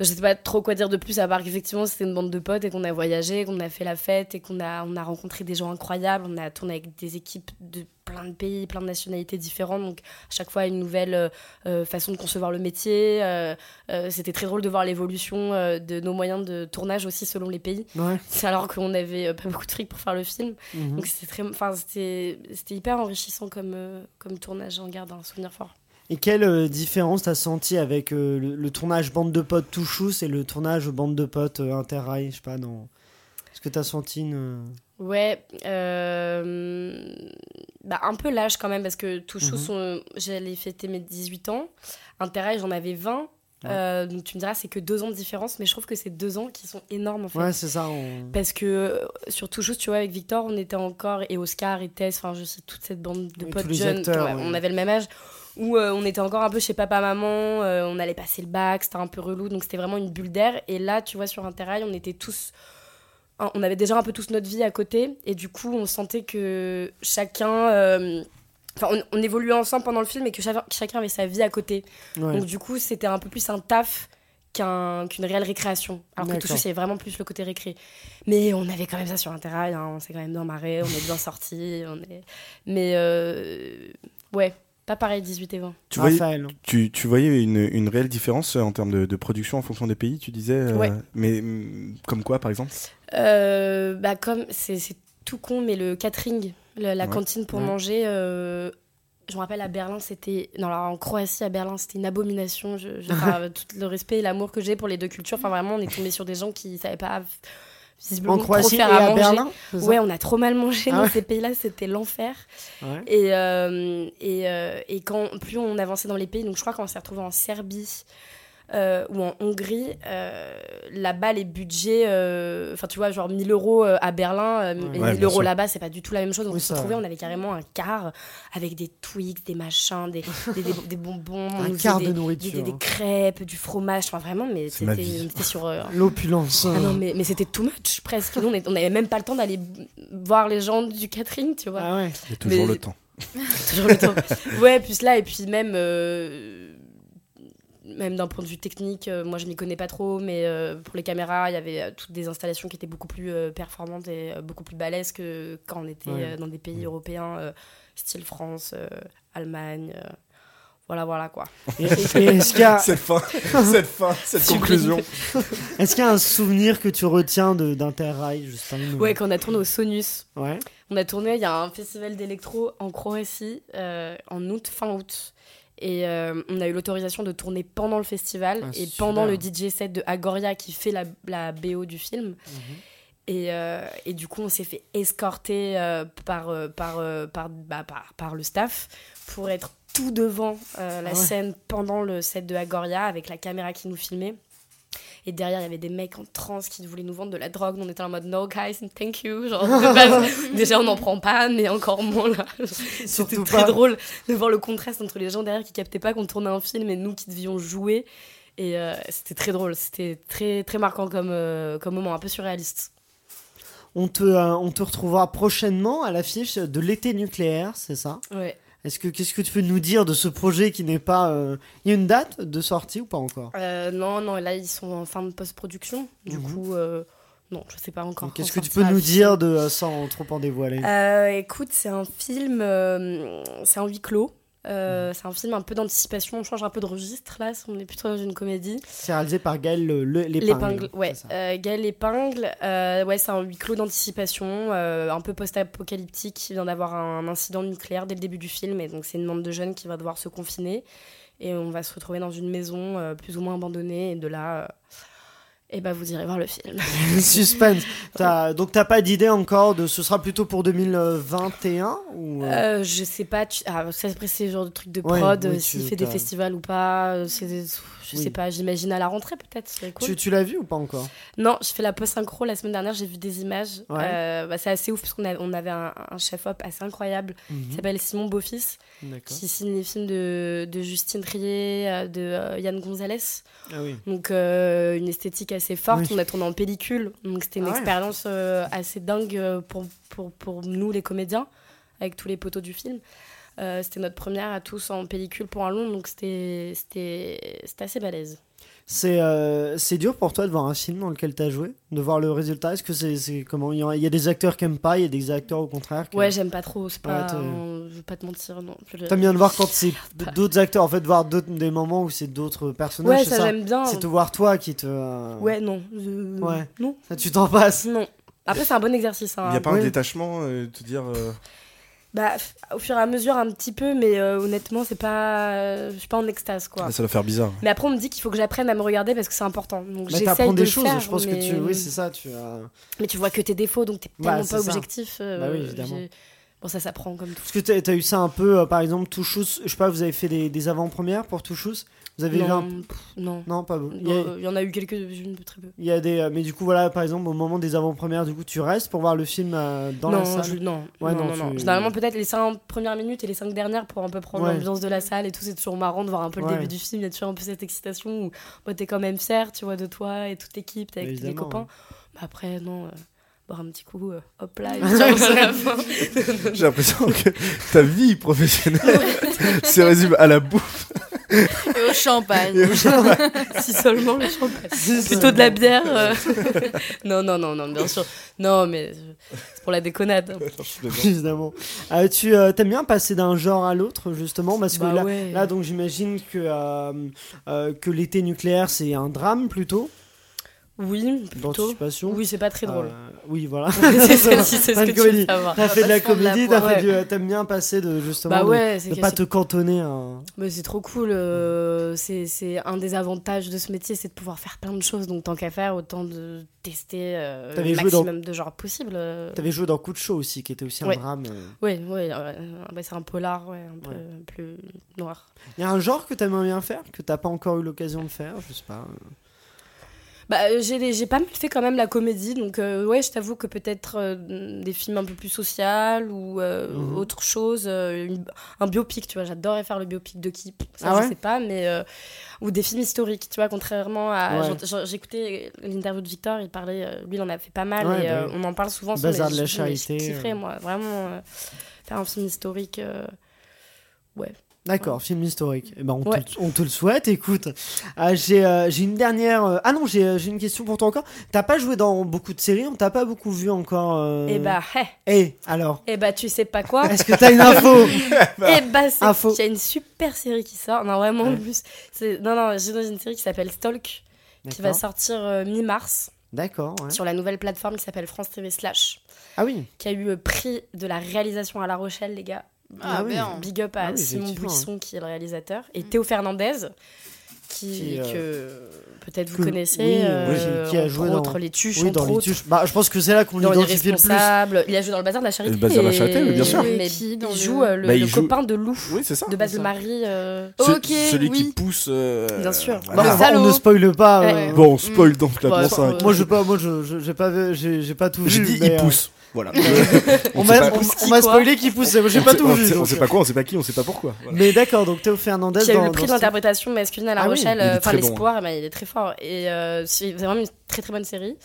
Speaker 6: Enfin, Je sais pas trop quoi dire de plus, à part qu'effectivement, c'était une bande de potes et qu'on a voyagé, qu'on a fait la fête et qu'on a, on a rencontré des gens incroyables. On a tourné avec des équipes de plein de pays, plein de nationalités différentes. Donc, à chaque fois, une nouvelle euh, euh, façon de concevoir le métier. Euh, euh, c'était très drôle de voir l'évolution euh, de nos moyens de tournage aussi selon les pays.
Speaker 5: Ouais.
Speaker 6: C'est alors qu'on n'avait pas beaucoup de fric pour faire le film.
Speaker 5: Mhm.
Speaker 6: Donc, c'était très- enfin, c'était c'était hyper enrichissant comme, euh, comme tournage. J'en garde un souvenir fort.
Speaker 5: Et quelle euh, différence t'as senti avec euh, le, le tournage bande de potes Touchous et le tournage bande de potes euh, Interrail Je sais pas, dans... Est-ce que t'as senti une...
Speaker 6: Ouais, euh, bah un peu l'âge quand même, parce que Touchous,
Speaker 5: Mhm.
Speaker 6: on- j'allais fêter mes 18 ans. Intérêt, j'en avais 20. Euh, donc tu me diras, c'est que deux ans de différence, mais je trouve que c'est deux ans qui sont énormes en fait.
Speaker 5: Ouais, c'est ça. on-
Speaker 6: Parce que euh, sur Touchous, tu vois, avec Victor, on était encore, et Oscar et Tess, enfin, je sais, toute cette bande de
Speaker 5: Oui, tous
Speaker 6: potes
Speaker 5: les
Speaker 6: jeunes,
Speaker 5: acteurs,
Speaker 6: ouais,
Speaker 5: ouais.
Speaker 6: on avait le même âge, où euh, on était encore un peu chez papa-maman, euh, on allait passer le bac, c'était un peu relou, donc c'était vraiment une bulle d'air. Et là, tu vois, sur Interrail, on était tous. hein, On avait déjà un peu tous notre vie à côté, et du coup, on sentait que chacun. euh, Enfin, on, on évoluait ensemble pendant le film et que chacun- chacun avait sa vie à côté.
Speaker 5: Ouais.
Speaker 6: Donc du coup, c'était un peu plus un taf qu'un- qu'une réelle récréation. Alors que
Speaker 5: D'accord.
Speaker 6: Touchou, c'est vraiment plus le côté récré. Mais on avait quand même ça sur Interrail, hein, on s'est quand même bien marré, on est bien sortis. On est... Mais euh, ouais, pas pareil 18 et 20.
Speaker 7: Tu voyais,
Speaker 5: Raphaël.
Speaker 7: tu, tu voyais une, une réelle différence euh, en termes de, de production en fonction des pays, tu disais euh,
Speaker 6: Ouais.
Speaker 7: Mais mm, comme quoi, par exemple
Speaker 6: Euh, bah comme c'est c'est tout con, mais le catering, le- la
Speaker 7: Ouais.
Speaker 6: cantine pour
Speaker 5: Ouais.
Speaker 6: manger, euh, je me rappelle à Berlin, c'était non alors, en Croatie à Berlin, c'était une abomination. Je, je- enfin, euh, tout le respect et l'amour que j'ai pour les deux cultures, enfin vraiment, on est tombé sur des gens qui savaient pas visiblement
Speaker 5: En
Speaker 6: trop
Speaker 5: Croatie et
Speaker 6: faire
Speaker 5: à,
Speaker 6: manger.
Speaker 5: Berlin c'est ça
Speaker 6: Ouais, on a trop mal mangé
Speaker 5: Ah
Speaker 6: dans
Speaker 5: ouais.
Speaker 6: ces pays-là, c'était l'enfer.
Speaker 5: Ouais.
Speaker 6: Et, euh, et, euh, et quand plus on avançait dans les pays, donc je crois qu'on s'est retrouvé en Serbie euh, ou en Hongrie, euh, là-bas les budgets, euh, enfin tu vois, genre 1000 euros euh, à Berlin euh,
Speaker 5: Ouais.
Speaker 6: et
Speaker 7: Ouais,
Speaker 6: 1000
Speaker 7: bien sûr.
Speaker 6: euros là-bas, c'est pas du tout la même chose. Donc
Speaker 5: Oui,
Speaker 6: on s'est
Speaker 5: ça,
Speaker 6: retrouvé,
Speaker 5: ouais.
Speaker 6: on avait carrément un quart avec des Twix, des machins, des, des, des- des bonbons, on
Speaker 5: Un
Speaker 6: nous
Speaker 5: quart
Speaker 6: faisait
Speaker 5: de
Speaker 6: des, des,
Speaker 5: nourriture.
Speaker 6: des- des crêpes, du fromage, enfin vraiment, mais
Speaker 7: C'est ma
Speaker 6: c'était
Speaker 7: vie.
Speaker 6: on était sur. euh,
Speaker 5: hein. L'opulence.
Speaker 6: ah non, mais, mais c'était too much presque. Nous, on est- on n'avait même pas le temps d'aller b- voir les gens du catering, tu vois.
Speaker 5: Ah ouais.
Speaker 7: Il y a toujours
Speaker 6: Mais-
Speaker 7: le temps.
Speaker 6: Toujours le temps. Ouais, puis là, et puis même, euh, même d'un point de vue technique, euh, moi je m'y connais pas trop, mais euh, pour les caméras, il y avait euh, toutes des installations qui étaient beaucoup plus euh, performantes et euh, beaucoup plus balèzes que quand on était
Speaker 5: Ouais.
Speaker 6: euh, dans des pays européens, euh, style France, euh, Allemagne. euh, voilà, voilà quoi.
Speaker 5: Et, et- et est-ce qu'il y,
Speaker 6: Ah.
Speaker 5: a-
Speaker 7: Cette fin, cette fin, cette
Speaker 6: Sublime.
Speaker 7: conclusion.
Speaker 5: est-ce qu'il y a un souvenir que tu retiens de- d'Interrail juste un mot
Speaker 6: Ouais, quand on a tourné au Sonus,
Speaker 5: Ouais.
Speaker 6: On a tourné, il y a un festival d'électro en Croatie euh, en août, fin août. Et euh, on a eu l'autorisation de tourner pendant le festival
Speaker 5: Ah,
Speaker 6: et
Speaker 5: super.
Speaker 6: pendant le DJ set de Agoria qui fait la, la BO du film.
Speaker 5: Mhm.
Speaker 6: Et, euh, et du coup, on s'est fait escorter euh, par, euh, par, euh, par, bah, par, par le staff pour être tout devant euh, la
Speaker 5: Ah ouais.
Speaker 6: scène pendant le set de Agoria avec la caméra qui nous filmait. Et derrière, il y avait des mecs en transe qui voulaient nous vendre de la drogue. Nous, On était en mode no guys, thank you. Genre, de base, déjà, on n'en prend pas, mais encore moins là. C'était
Speaker 5: Surtout
Speaker 6: très
Speaker 5: pas.
Speaker 6: drôle de voir le contraste entre les gens derrière qui captaient pas qu'on tournait un film et nous qui devions jouer. Et euh, c'était très drôle. C'était très, très marquant comme, euh, comme moment, un peu surréaliste.
Speaker 5: On te, euh, on te retrouvera prochainement à l'affiche de l'été nucléaire, c'est ça
Speaker 6: Ouais.
Speaker 5: Est-ce que qu'est-ce que tu peux nous dire de ce projet qui n'est pas euh, Il y a une date de sortie ou pas encore
Speaker 6: Euh, non, non, là, ils sont en fin de post-production. Du
Speaker 5: Mhm.
Speaker 6: coup, euh, non, je sais pas encore.
Speaker 5: Donc, Qu'est-ce que
Speaker 6: quand
Speaker 5: tu peux
Speaker 6: sortira
Speaker 5: nous
Speaker 6: le film.
Speaker 5: dire de euh, sans trop en dévoiler
Speaker 6: Euh, Écoute, c'est un film, euh, c'est un huis clos.
Speaker 5: Mm.
Speaker 6: Euh, C'est un film un peu d'anticipation. On change un peu de registre là. On est plutôt dans une comédie.
Speaker 5: C'est réalisé par Gaël Le- Le- l'épingle.
Speaker 6: L'épingle, ouais.
Speaker 5: c'est ça.
Speaker 6: Euh, Gaël l'épingle, euh, ouais, c'est un huis clos d'anticipation, euh, un peu post-apocalyptique. Il vient d'avoir un incident nucléaire dès le début du film, et donc c'est une bande de jeunes qui va devoir se confiner, et on va se retrouver dans une maison euh, plus ou moins abandonnée, et de là, et ben vous irez voir le film.
Speaker 5: Suspense. T'as- donc t'as pas d'idée encore de ce sera plutôt pour 2021 ou euh,
Speaker 6: Euh, je sais pas, tu... ah, ça, après c'est le genre de truc de
Speaker 5: Ouais,
Speaker 6: prod,
Speaker 5: oui,
Speaker 6: euh, s'il
Speaker 5: tu-
Speaker 6: fait des
Speaker 5: t'as-
Speaker 6: festivals ou pas, euh, c'est des- je
Speaker 5: Oui.
Speaker 6: sais pas, j'imagine à la rentrée peut-être, c'est cool.
Speaker 5: tu, tu l'as vu ou pas encore
Speaker 6: Non, je fais la post-synchro la semaine dernière, j'ai vu des images.
Speaker 5: Ouais.
Speaker 6: Euh, bah, c'est assez ouf parce qu'on a- on avait un, un chef-op assez incroyable qui s'appelle Simon Beaufils
Speaker 5: Mhm. D'accord.
Speaker 6: qui signe les films de, de Justine Trier, euh, de euh, Yann Gonzalez.
Speaker 5: Ah oui.
Speaker 6: Donc euh, une esthétique assez forte.
Speaker 5: Oui.
Speaker 6: On a tourné en pellicule, donc c'était une
Speaker 5: Ah ouais.
Speaker 6: expérience euh, assez dingue euh, pour, pour, pour nous les comédiens, avec tous les poteaux du film. Euh, c'était notre première à tous en pellicule pour un long, donc c'était c'était c'était assez balèze.
Speaker 5: C'est euh, c'est dur pour toi de voir un film dans lequel t'as joué, de voir le résultat. Est-ce que c'est c'est comment il y, en- il y a des acteurs qui aiment pas, il y a des acteurs au contraire. qui-
Speaker 6: Ouais, j'aime pas trop, c'est pas,
Speaker 5: Ouais, t'es-
Speaker 6: euh, je veux pas te mentir, non. Je-
Speaker 5: T'aimes bien de voir quand c'est d'autres acteurs, en fait, de voir d'autres- des moments où c'est d'autres personnages.
Speaker 6: Ouais,
Speaker 5: c'est
Speaker 6: ça, j'aime bien.
Speaker 5: C'est te voir toi qui te. euh,
Speaker 6: Ouais, non. je-
Speaker 5: Ouais.
Speaker 6: Non.
Speaker 5: Ça, tu t'en passes.
Speaker 6: Non. Après, c'est un bon exercice. hein.
Speaker 7: Il n'y a pas
Speaker 5: Ouais.
Speaker 7: un détachement, euh, te dire. euh,
Speaker 6: Bah, f- au fur et à mesure, un petit peu, mais euh, honnêtement, c'est pas. euh, je suis pas en extase, quoi.
Speaker 7: ah, ça doit faire bizarre.
Speaker 6: Mais après, on me dit qu'il faut que j'apprenne à me regarder parce que c'est important. Donc,
Speaker 5: Bah,
Speaker 6: j'essaye
Speaker 5: t'apprends
Speaker 6: de
Speaker 5: des
Speaker 6: le
Speaker 5: choses,
Speaker 6: faire,
Speaker 5: je pense
Speaker 6: mais...
Speaker 5: que tu. Oui, c'est ça, tu. euh,
Speaker 6: mais tu vois que tes défauts, donc t'es
Speaker 5: Ouais,
Speaker 6: tellement
Speaker 5: c'est
Speaker 6: pas
Speaker 5: ça.
Speaker 6: objectif. euh,
Speaker 5: Bah oui, évidemment.
Speaker 6: j'ai- Bon, ça s'apprend comme tout.
Speaker 5: Parce que t'as t'as eu ça un peu, euh, par exemple, Touchous. Je sais pas, vous avez fait des, des avant-premières pour Touchous Vous avez eu un.
Speaker 6: Non, pff, non.
Speaker 5: Non, pas vous.
Speaker 6: Non,
Speaker 5: Il y a-
Speaker 6: euh, Il y en a eu quelques-unes, très peu.
Speaker 5: il y a des, euh, mais du coup, voilà, par exemple, au moment des avant-premières, du coup, tu restes pour voir le film euh, dans
Speaker 6: non,
Speaker 5: la salle.
Speaker 6: je- non,
Speaker 5: Ouais,
Speaker 6: non,
Speaker 5: non,
Speaker 6: non, non.
Speaker 5: tu-
Speaker 6: Généralement, peut-être les 5 premières minutes et les 5 dernières pour un peu prendre
Speaker 5: Ouais.
Speaker 6: l'ambiance de la salle et tout. C'est toujours marrant de voir un peu
Speaker 5: Ouais.
Speaker 6: le début du film. Il y a toujours un peu cette excitation où bah, t'es quand même fier, tu vois, de toi et toute l'équipe, t'es avec tes
Speaker 5: Évidemment,
Speaker 6: copains. Bah, après, non, euh, boire un petit coup, euh, hop là, et puis on se la fin.
Speaker 7: J'ai l'impression que ta vie professionnelle se résume à la bouffe.
Speaker 8: Et au champagne.
Speaker 6: si seulement le champagne. Plutôt de la bière. euh. non, non, non, non, bien sûr. Non, mais euh, c'est pour la déconnade.
Speaker 5: Évidemment. Euh, tu euh, t'aimes bien passer d'un genre à l'autre justement parce que
Speaker 6: Bah
Speaker 5: là,
Speaker 6: ouais.
Speaker 5: là, donc j'imagine que euh, euh, que l'été nucléaire c'est un drame plutôt
Speaker 6: Oui, plutôt.
Speaker 5: d'anticipation.
Speaker 6: Oui, c'est pas très drôle.
Speaker 5: Euh, oui voilà.
Speaker 6: c'est ça, si c'est ce
Speaker 5: Pas
Speaker 6: que
Speaker 5: de
Speaker 6: tu veux
Speaker 5: comédie.
Speaker 6: savoir. Bah
Speaker 5: T'as fait de la
Speaker 8: pas se prendre la
Speaker 5: comédie,
Speaker 8: poire,
Speaker 5: t'as fait
Speaker 6: ouais.
Speaker 5: du- euh, t'aimes bien passer de justement
Speaker 6: Bah
Speaker 5: de-
Speaker 6: ouais, c'est
Speaker 5: de,
Speaker 6: que
Speaker 5: pas
Speaker 6: c'est-
Speaker 5: te cantonner. à un-
Speaker 6: mais c'est trop cool. euh, c'est c'est un des avantages de ce métier, c'est de pouvoir faire plein de choses. Donc tant qu'à faire, autant de tester euh,
Speaker 5: T'avais
Speaker 6: le
Speaker 5: joué dans-
Speaker 6: maximum de genres possible. euh.
Speaker 5: T'avais joué dans Coup de chaud aussi qui était aussi un
Speaker 6: Ouais.
Speaker 5: drame. euh.
Speaker 6: Ouais, ouais, euh, bah, c'est un polar, ouais, un peu
Speaker 5: Ouais.
Speaker 6: plus noir.
Speaker 5: Il y a un genre que t'aimes bien faire que t'as pas encore eu l'occasion de faire, je sais pas. euh.
Speaker 6: Bah, euh, j'ai, j'ai pas mal fait quand même la comédie, donc euh, ouais, je t'avoue que peut-être euh, des films un peu plus social ou euh,
Speaker 5: Mhm.
Speaker 6: autre chose, euh, une- un biopic, tu vois, j'adorais faire le biopic de qui, ça
Speaker 5: Ah ouais
Speaker 6: je sais pas, mais euh, ou des films historiques, tu vois, contrairement à
Speaker 5: Ouais.
Speaker 6: j'ent- j'en- j'écoutais l'interview de Victor, il parlait, euh, lui il en a fait pas mal
Speaker 5: Ouais,
Speaker 6: et
Speaker 5: bah
Speaker 6: euh,
Speaker 5: oui.
Speaker 6: on en parle souvent.
Speaker 5: Bazar
Speaker 6: mais
Speaker 5: de la
Speaker 6: je- mais
Speaker 5: charité,
Speaker 6: Je kifferais
Speaker 5: euh.
Speaker 6: moi, vraiment euh, faire un film historique. euh,
Speaker 5: D'accord, film historique. Eh ben, on,
Speaker 6: Ouais.
Speaker 5: te, on te le souhaite, écoute. Ah, j'ai euh, j'ai une dernière. euh, Ah non, j'ai euh, j'ai une question pour toi encore. T'as pas joué dans beaucoup de séries, on t'a pas beaucoup vu encore. euh,
Speaker 6: Et bah, hé,
Speaker 5: Eh, alors,
Speaker 6: et bah tu sais pas quoi.
Speaker 5: est-ce que t'as une info
Speaker 6: Eh bah, c'est
Speaker 5: Info.
Speaker 6: il y a une super série qui sort. Non, vraiment, en
Speaker 5: Ouais.
Speaker 6: plus. c'est- Non, non, j'ai dans une série qui s'appelle Stalk, qui va
Speaker 5: D'accord.
Speaker 6: sortir euh, mi-mars
Speaker 5: D'accord. ouais.
Speaker 6: sur la nouvelle plateforme qui s'appelle France TV Slash,
Speaker 5: Ah oui.
Speaker 6: qui a eu le prix de la réalisation à La Rochelle, les gars.
Speaker 5: Ah
Speaker 8: Ah,
Speaker 5: oui.
Speaker 8: bien.
Speaker 6: Big up à
Speaker 5: Ah oui,
Speaker 6: Simon
Speaker 5: effectivement,
Speaker 6: Buisson, qui est le réalisateur, et Théo Fernandez, qui,
Speaker 5: Qui, euh,
Speaker 6: que peut-être vous
Speaker 5: que-
Speaker 6: connaissez,
Speaker 5: oui,
Speaker 6: euh,
Speaker 5: oui, qui a
Speaker 6: entre
Speaker 5: joué dans-
Speaker 6: autres les tuches,
Speaker 5: Oui,
Speaker 6: entre
Speaker 5: dans les
Speaker 6: autres,
Speaker 5: tuches. Bah, je pense que c'est là qu'on
Speaker 6: dans les
Speaker 5: l'identifie le plus.
Speaker 6: responsables. Il a joué dans le bazar de la charité.
Speaker 7: Le Bazar de la Charité, oui, bien sûr.
Speaker 6: Mais
Speaker 8: Et qui dans
Speaker 6: il
Speaker 8: le-
Speaker 6: joue euh, le,
Speaker 7: Bah, il
Speaker 6: le
Speaker 7: joue-
Speaker 6: copain de Lou
Speaker 7: Oui, c'est ça.
Speaker 6: de base de
Speaker 5: ça.
Speaker 6: Marie. euh,
Speaker 7: Ce-
Speaker 8: Ok,
Speaker 7: celui qui
Speaker 8: oui.
Speaker 7: pousse. euh,
Speaker 6: Bien sûr.
Speaker 5: Bah,
Speaker 7: voilà.
Speaker 5: on va- on ne spoile pas.
Speaker 6: Ouais.
Speaker 5: euh,
Speaker 7: Bon, on spoil donc la
Speaker 6: Bah,
Speaker 7: danse, hein.
Speaker 6: euh,
Speaker 5: Moi, je pas. Moi, je je- j'ai pas vu- j'ai j'ai pas tout vu.
Speaker 7: J'ai dit
Speaker 5: mais,
Speaker 7: il
Speaker 5: euh,
Speaker 7: pousse. Voilà.
Speaker 5: On
Speaker 7: sait
Speaker 5: m'a
Speaker 7: pas-
Speaker 5: on-
Speaker 6: qui,
Speaker 5: on m'a
Speaker 6: quoi.
Speaker 5: spoilé qu'il poussait. Moi, J'ai pas
Speaker 7: sait-
Speaker 5: tout
Speaker 7: on
Speaker 5: vu.
Speaker 7: sait- On
Speaker 5: donc.
Speaker 7: sait pas quoi, on sait pas qui, on sait pas pourquoi. voilà.
Speaker 5: Mais d'accord, donc Théo Fernandez
Speaker 6: qui a eu
Speaker 5: dans,
Speaker 6: le prix
Speaker 5: dans ce-
Speaker 6: d'interprétation masculine à La
Speaker 5: Ah oui,
Speaker 6: Rochelle,
Speaker 7: il est
Speaker 6: euh, enfin
Speaker 7: très bon,
Speaker 6: l'espoir, eh ben, il est très fort. Et euh, c'est c'est vraiment une très très bonne série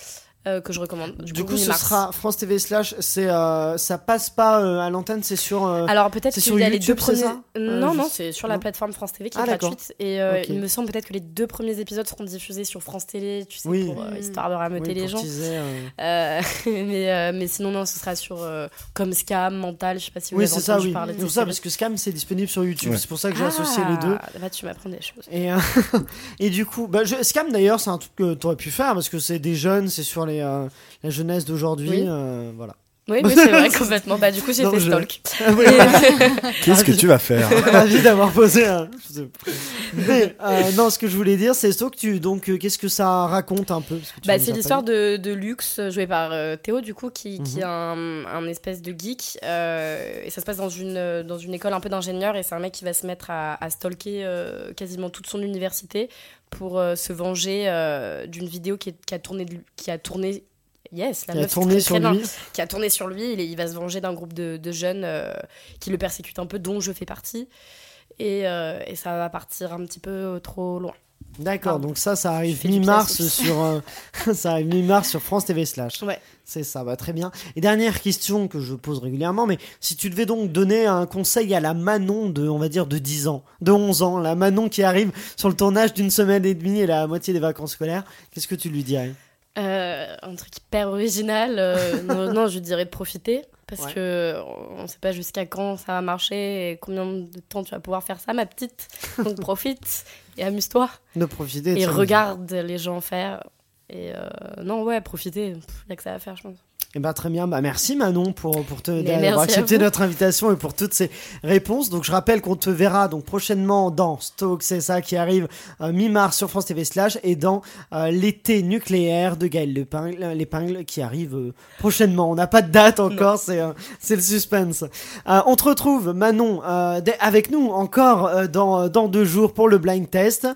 Speaker 6: euh, que je recommande.
Speaker 5: Du coup, ce
Speaker 6: mi-mars.
Speaker 5: sera France TV slash. C'est euh, ça passe pas euh, à l'antenne, c'est sur. euh,
Speaker 6: Alors peut-être
Speaker 5: c'est
Speaker 6: qu'il
Speaker 5: sur
Speaker 6: y a les
Speaker 5: YouTube,
Speaker 6: deux
Speaker 5: c'est
Speaker 6: premiers.
Speaker 5: ça Euh,
Speaker 6: non,
Speaker 5: je
Speaker 6: non,
Speaker 5: sais-
Speaker 6: c'est sur la
Speaker 5: non.
Speaker 6: plateforme France TV qui
Speaker 5: Ah,
Speaker 6: est
Speaker 5: d'accord.
Speaker 6: gratuite. Et euh,
Speaker 5: Ok.
Speaker 6: il me semble peut-être que les deux premiers épisodes seront diffusés sur France Télé, tu sais,
Speaker 5: Oui.
Speaker 6: pour euh,
Speaker 8: Mm.
Speaker 6: histoire de
Speaker 5: oui,
Speaker 6: rameuter les
Speaker 5: pour
Speaker 6: gens.
Speaker 5: teaser, euh.
Speaker 6: Euh, mais, euh, mais sinon, non, ce sera sur euh, comme Scam, Mental, je sais pas si vous
Speaker 5: Oui,
Speaker 6: avez
Speaker 5: c'est ça,
Speaker 6: entendu
Speaker 5: oui.
Speaker 6: parler de
Speaker 5: C'est pour
Speaker 6: cette
Speaker 5: ça,
Speaker 6: série.
Speaker 5: parce que Scam, c'est disponible sur YouTube.
Speaker 7: Ouais.
Speaker 5: C'est pour ça que j'ai associé les deux.
Speaker 6: Ah, bah, tu m'apprends des choses.
Speaker 5: Et, euh, et du coup, bah, je- Scam d'ailleurs, c'est un truc que t'aurais pu faire parce que c'est des jeunes, c'est sur les, euh, la jeunesse d'aujourd'hui.
Speaker 6: Oui.
Speaker 5: euh, voilà.
Speaker 6: Oui, oui, c'est vrai, complètement. Bah, du coup, j'ai
Speaker 5: Non,
Speaker 6: fait
Speaker 5: je- Ah,
Speaker 6: Stalk.
Speaker 7: Qu'est-ce que tu vas faire
Speaker 5: Ravi d'avoir posé un. je sais pas. Mais euh, non, ce que je voulais dire, c'est surtout que tu. Donc, euh, qu'est-ce que ça raconte un peu parce que tu
Speaker 6: Bah,
Speaker 5: nous
Speaker 6: c'est
Speaker 5: as pas
Speaker 6: l'histoire
Speaker 5: dit.
Speaker 6: de, de Lux, joué par euh, Théo, du coup, qui, qui
Speaker 5: Mhm.
Speaker 6: est un, un espèce de geek. euh, et ça se passe dans une, euh, dans une école un peu d'ingénieur. Et c'est un mec qui va se mettre à, à stalker euh, quasiment toute son université pour euh, se venger euh, d'une vidéo qui, est- qui a tourné. de lui- qui a tourné Yes, la
Speaker 5: Qui a
Speaker 6: meuf, c'est
Speaker 5: tourné
Speaker 6: très,
Speaker 5: sur
Speaker 6: très bien.
Speaker 5: lui.
Speaker 6: qui a tourné sur lui. Il, est- il va se venger d'un groupe de, de jeunes euh, qui le persécutent un peu, dont je fais partie. Et, euh, et ça va partir un petit peu euh, trop loin.
Speaker 5: D'accord,
Speaker 6: Pardon.
Speaker 5: donc ça, ça
Speaker 6: Je
Speaker 5: arrive
Speaker 6: fais du
Speaker 5: mi-mars
Speaker 6: piano.
Speaker 5: sur, euh, ça arrive mi-mars sur France TV slash.
Speaker 6: Ouais.
Speaker 5: C'est ça, bah très bien. Et dernière question que je pose régulièrement, mais si tu devais donc donner un conseil à la Manon de, on va dire, de 10 ans, de 11 ans, la Manon qui arrive sur le tournage d'une semaine et demie et la moitié des vacances scolaires, qu'est-ce que tu lui dirais
Speaker 6: Euh, un truc hyper original. euh, non, non, je dirais de profiter. Parce
Speaker 5: Ouais.
Speaker 6: que on ne sait pas jusqu'à quand ça va marcher et combien de temps tu vas pouvoir faire ça, ma petite. Donc profite et amuse-toi.
Speaker 5: De profiter. de
Speaker 6: Et
Speaker 5: son-
Speaker 6: regarde les gens faire. Et euh, non, ouais, profitez. Il n'y a que ça à faire, je pense.
Speaker 5: Eh ben, très bien, bah, merci Manon pour, pour, te,
Speaker 6: Mais
Speaker 5: d'avoir
Speaker 6: merci à
Speaker 5: accepté
Speaker 6: vous.
Speaker 5: notre invitation et pour toutes ces réponses. Donc je rappelle qu'on te verra donc prochainement dans Stoke, c'est ça qui arrive euh, mi-mars sur France TV slash et dans euh, l'été nucléaire de Gaël Lepingle, euh, l'épingle qui arrive euh, prochainement. On n'a pas de date encore, c'est euh, c'est le suspense. Euh, on te retrouve Manon euh, dès- avec nous encore euh, dans, dans deux jours pour le blind test.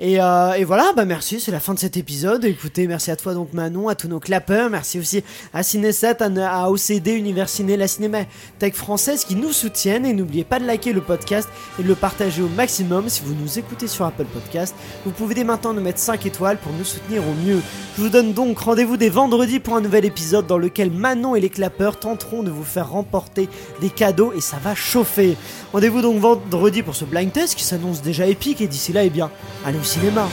Speaker 5: Et, euh, et voilà, bah merci, c'est la fin de cet épisode. Écoutez, merci à toi donc Manon, à tous nos clappeurs, merci aussi à Ciné7, à, à OCD, Univers Ciné, la Cinémathèque française qui nous soutiennent. Et n'oubliez pas de liker le podcast et de le partager au maximum si vous nous écoutez sur Apple Podcast. Vous pouvez dès maintenant nous mettre 5 étoiles pour nous soutenir au mieux. Je vous donne donc rendez-vous dès vendredi pour un nouvel épisode dans lequel Manon et les clapeurs tenteront de vous faire remporter des cadeaux et ça va chauffer. Rendez-vous donc vendredi pour ce blind test qui s'annonce déjà épique et d'ici là, eh bien, allez au cinéma.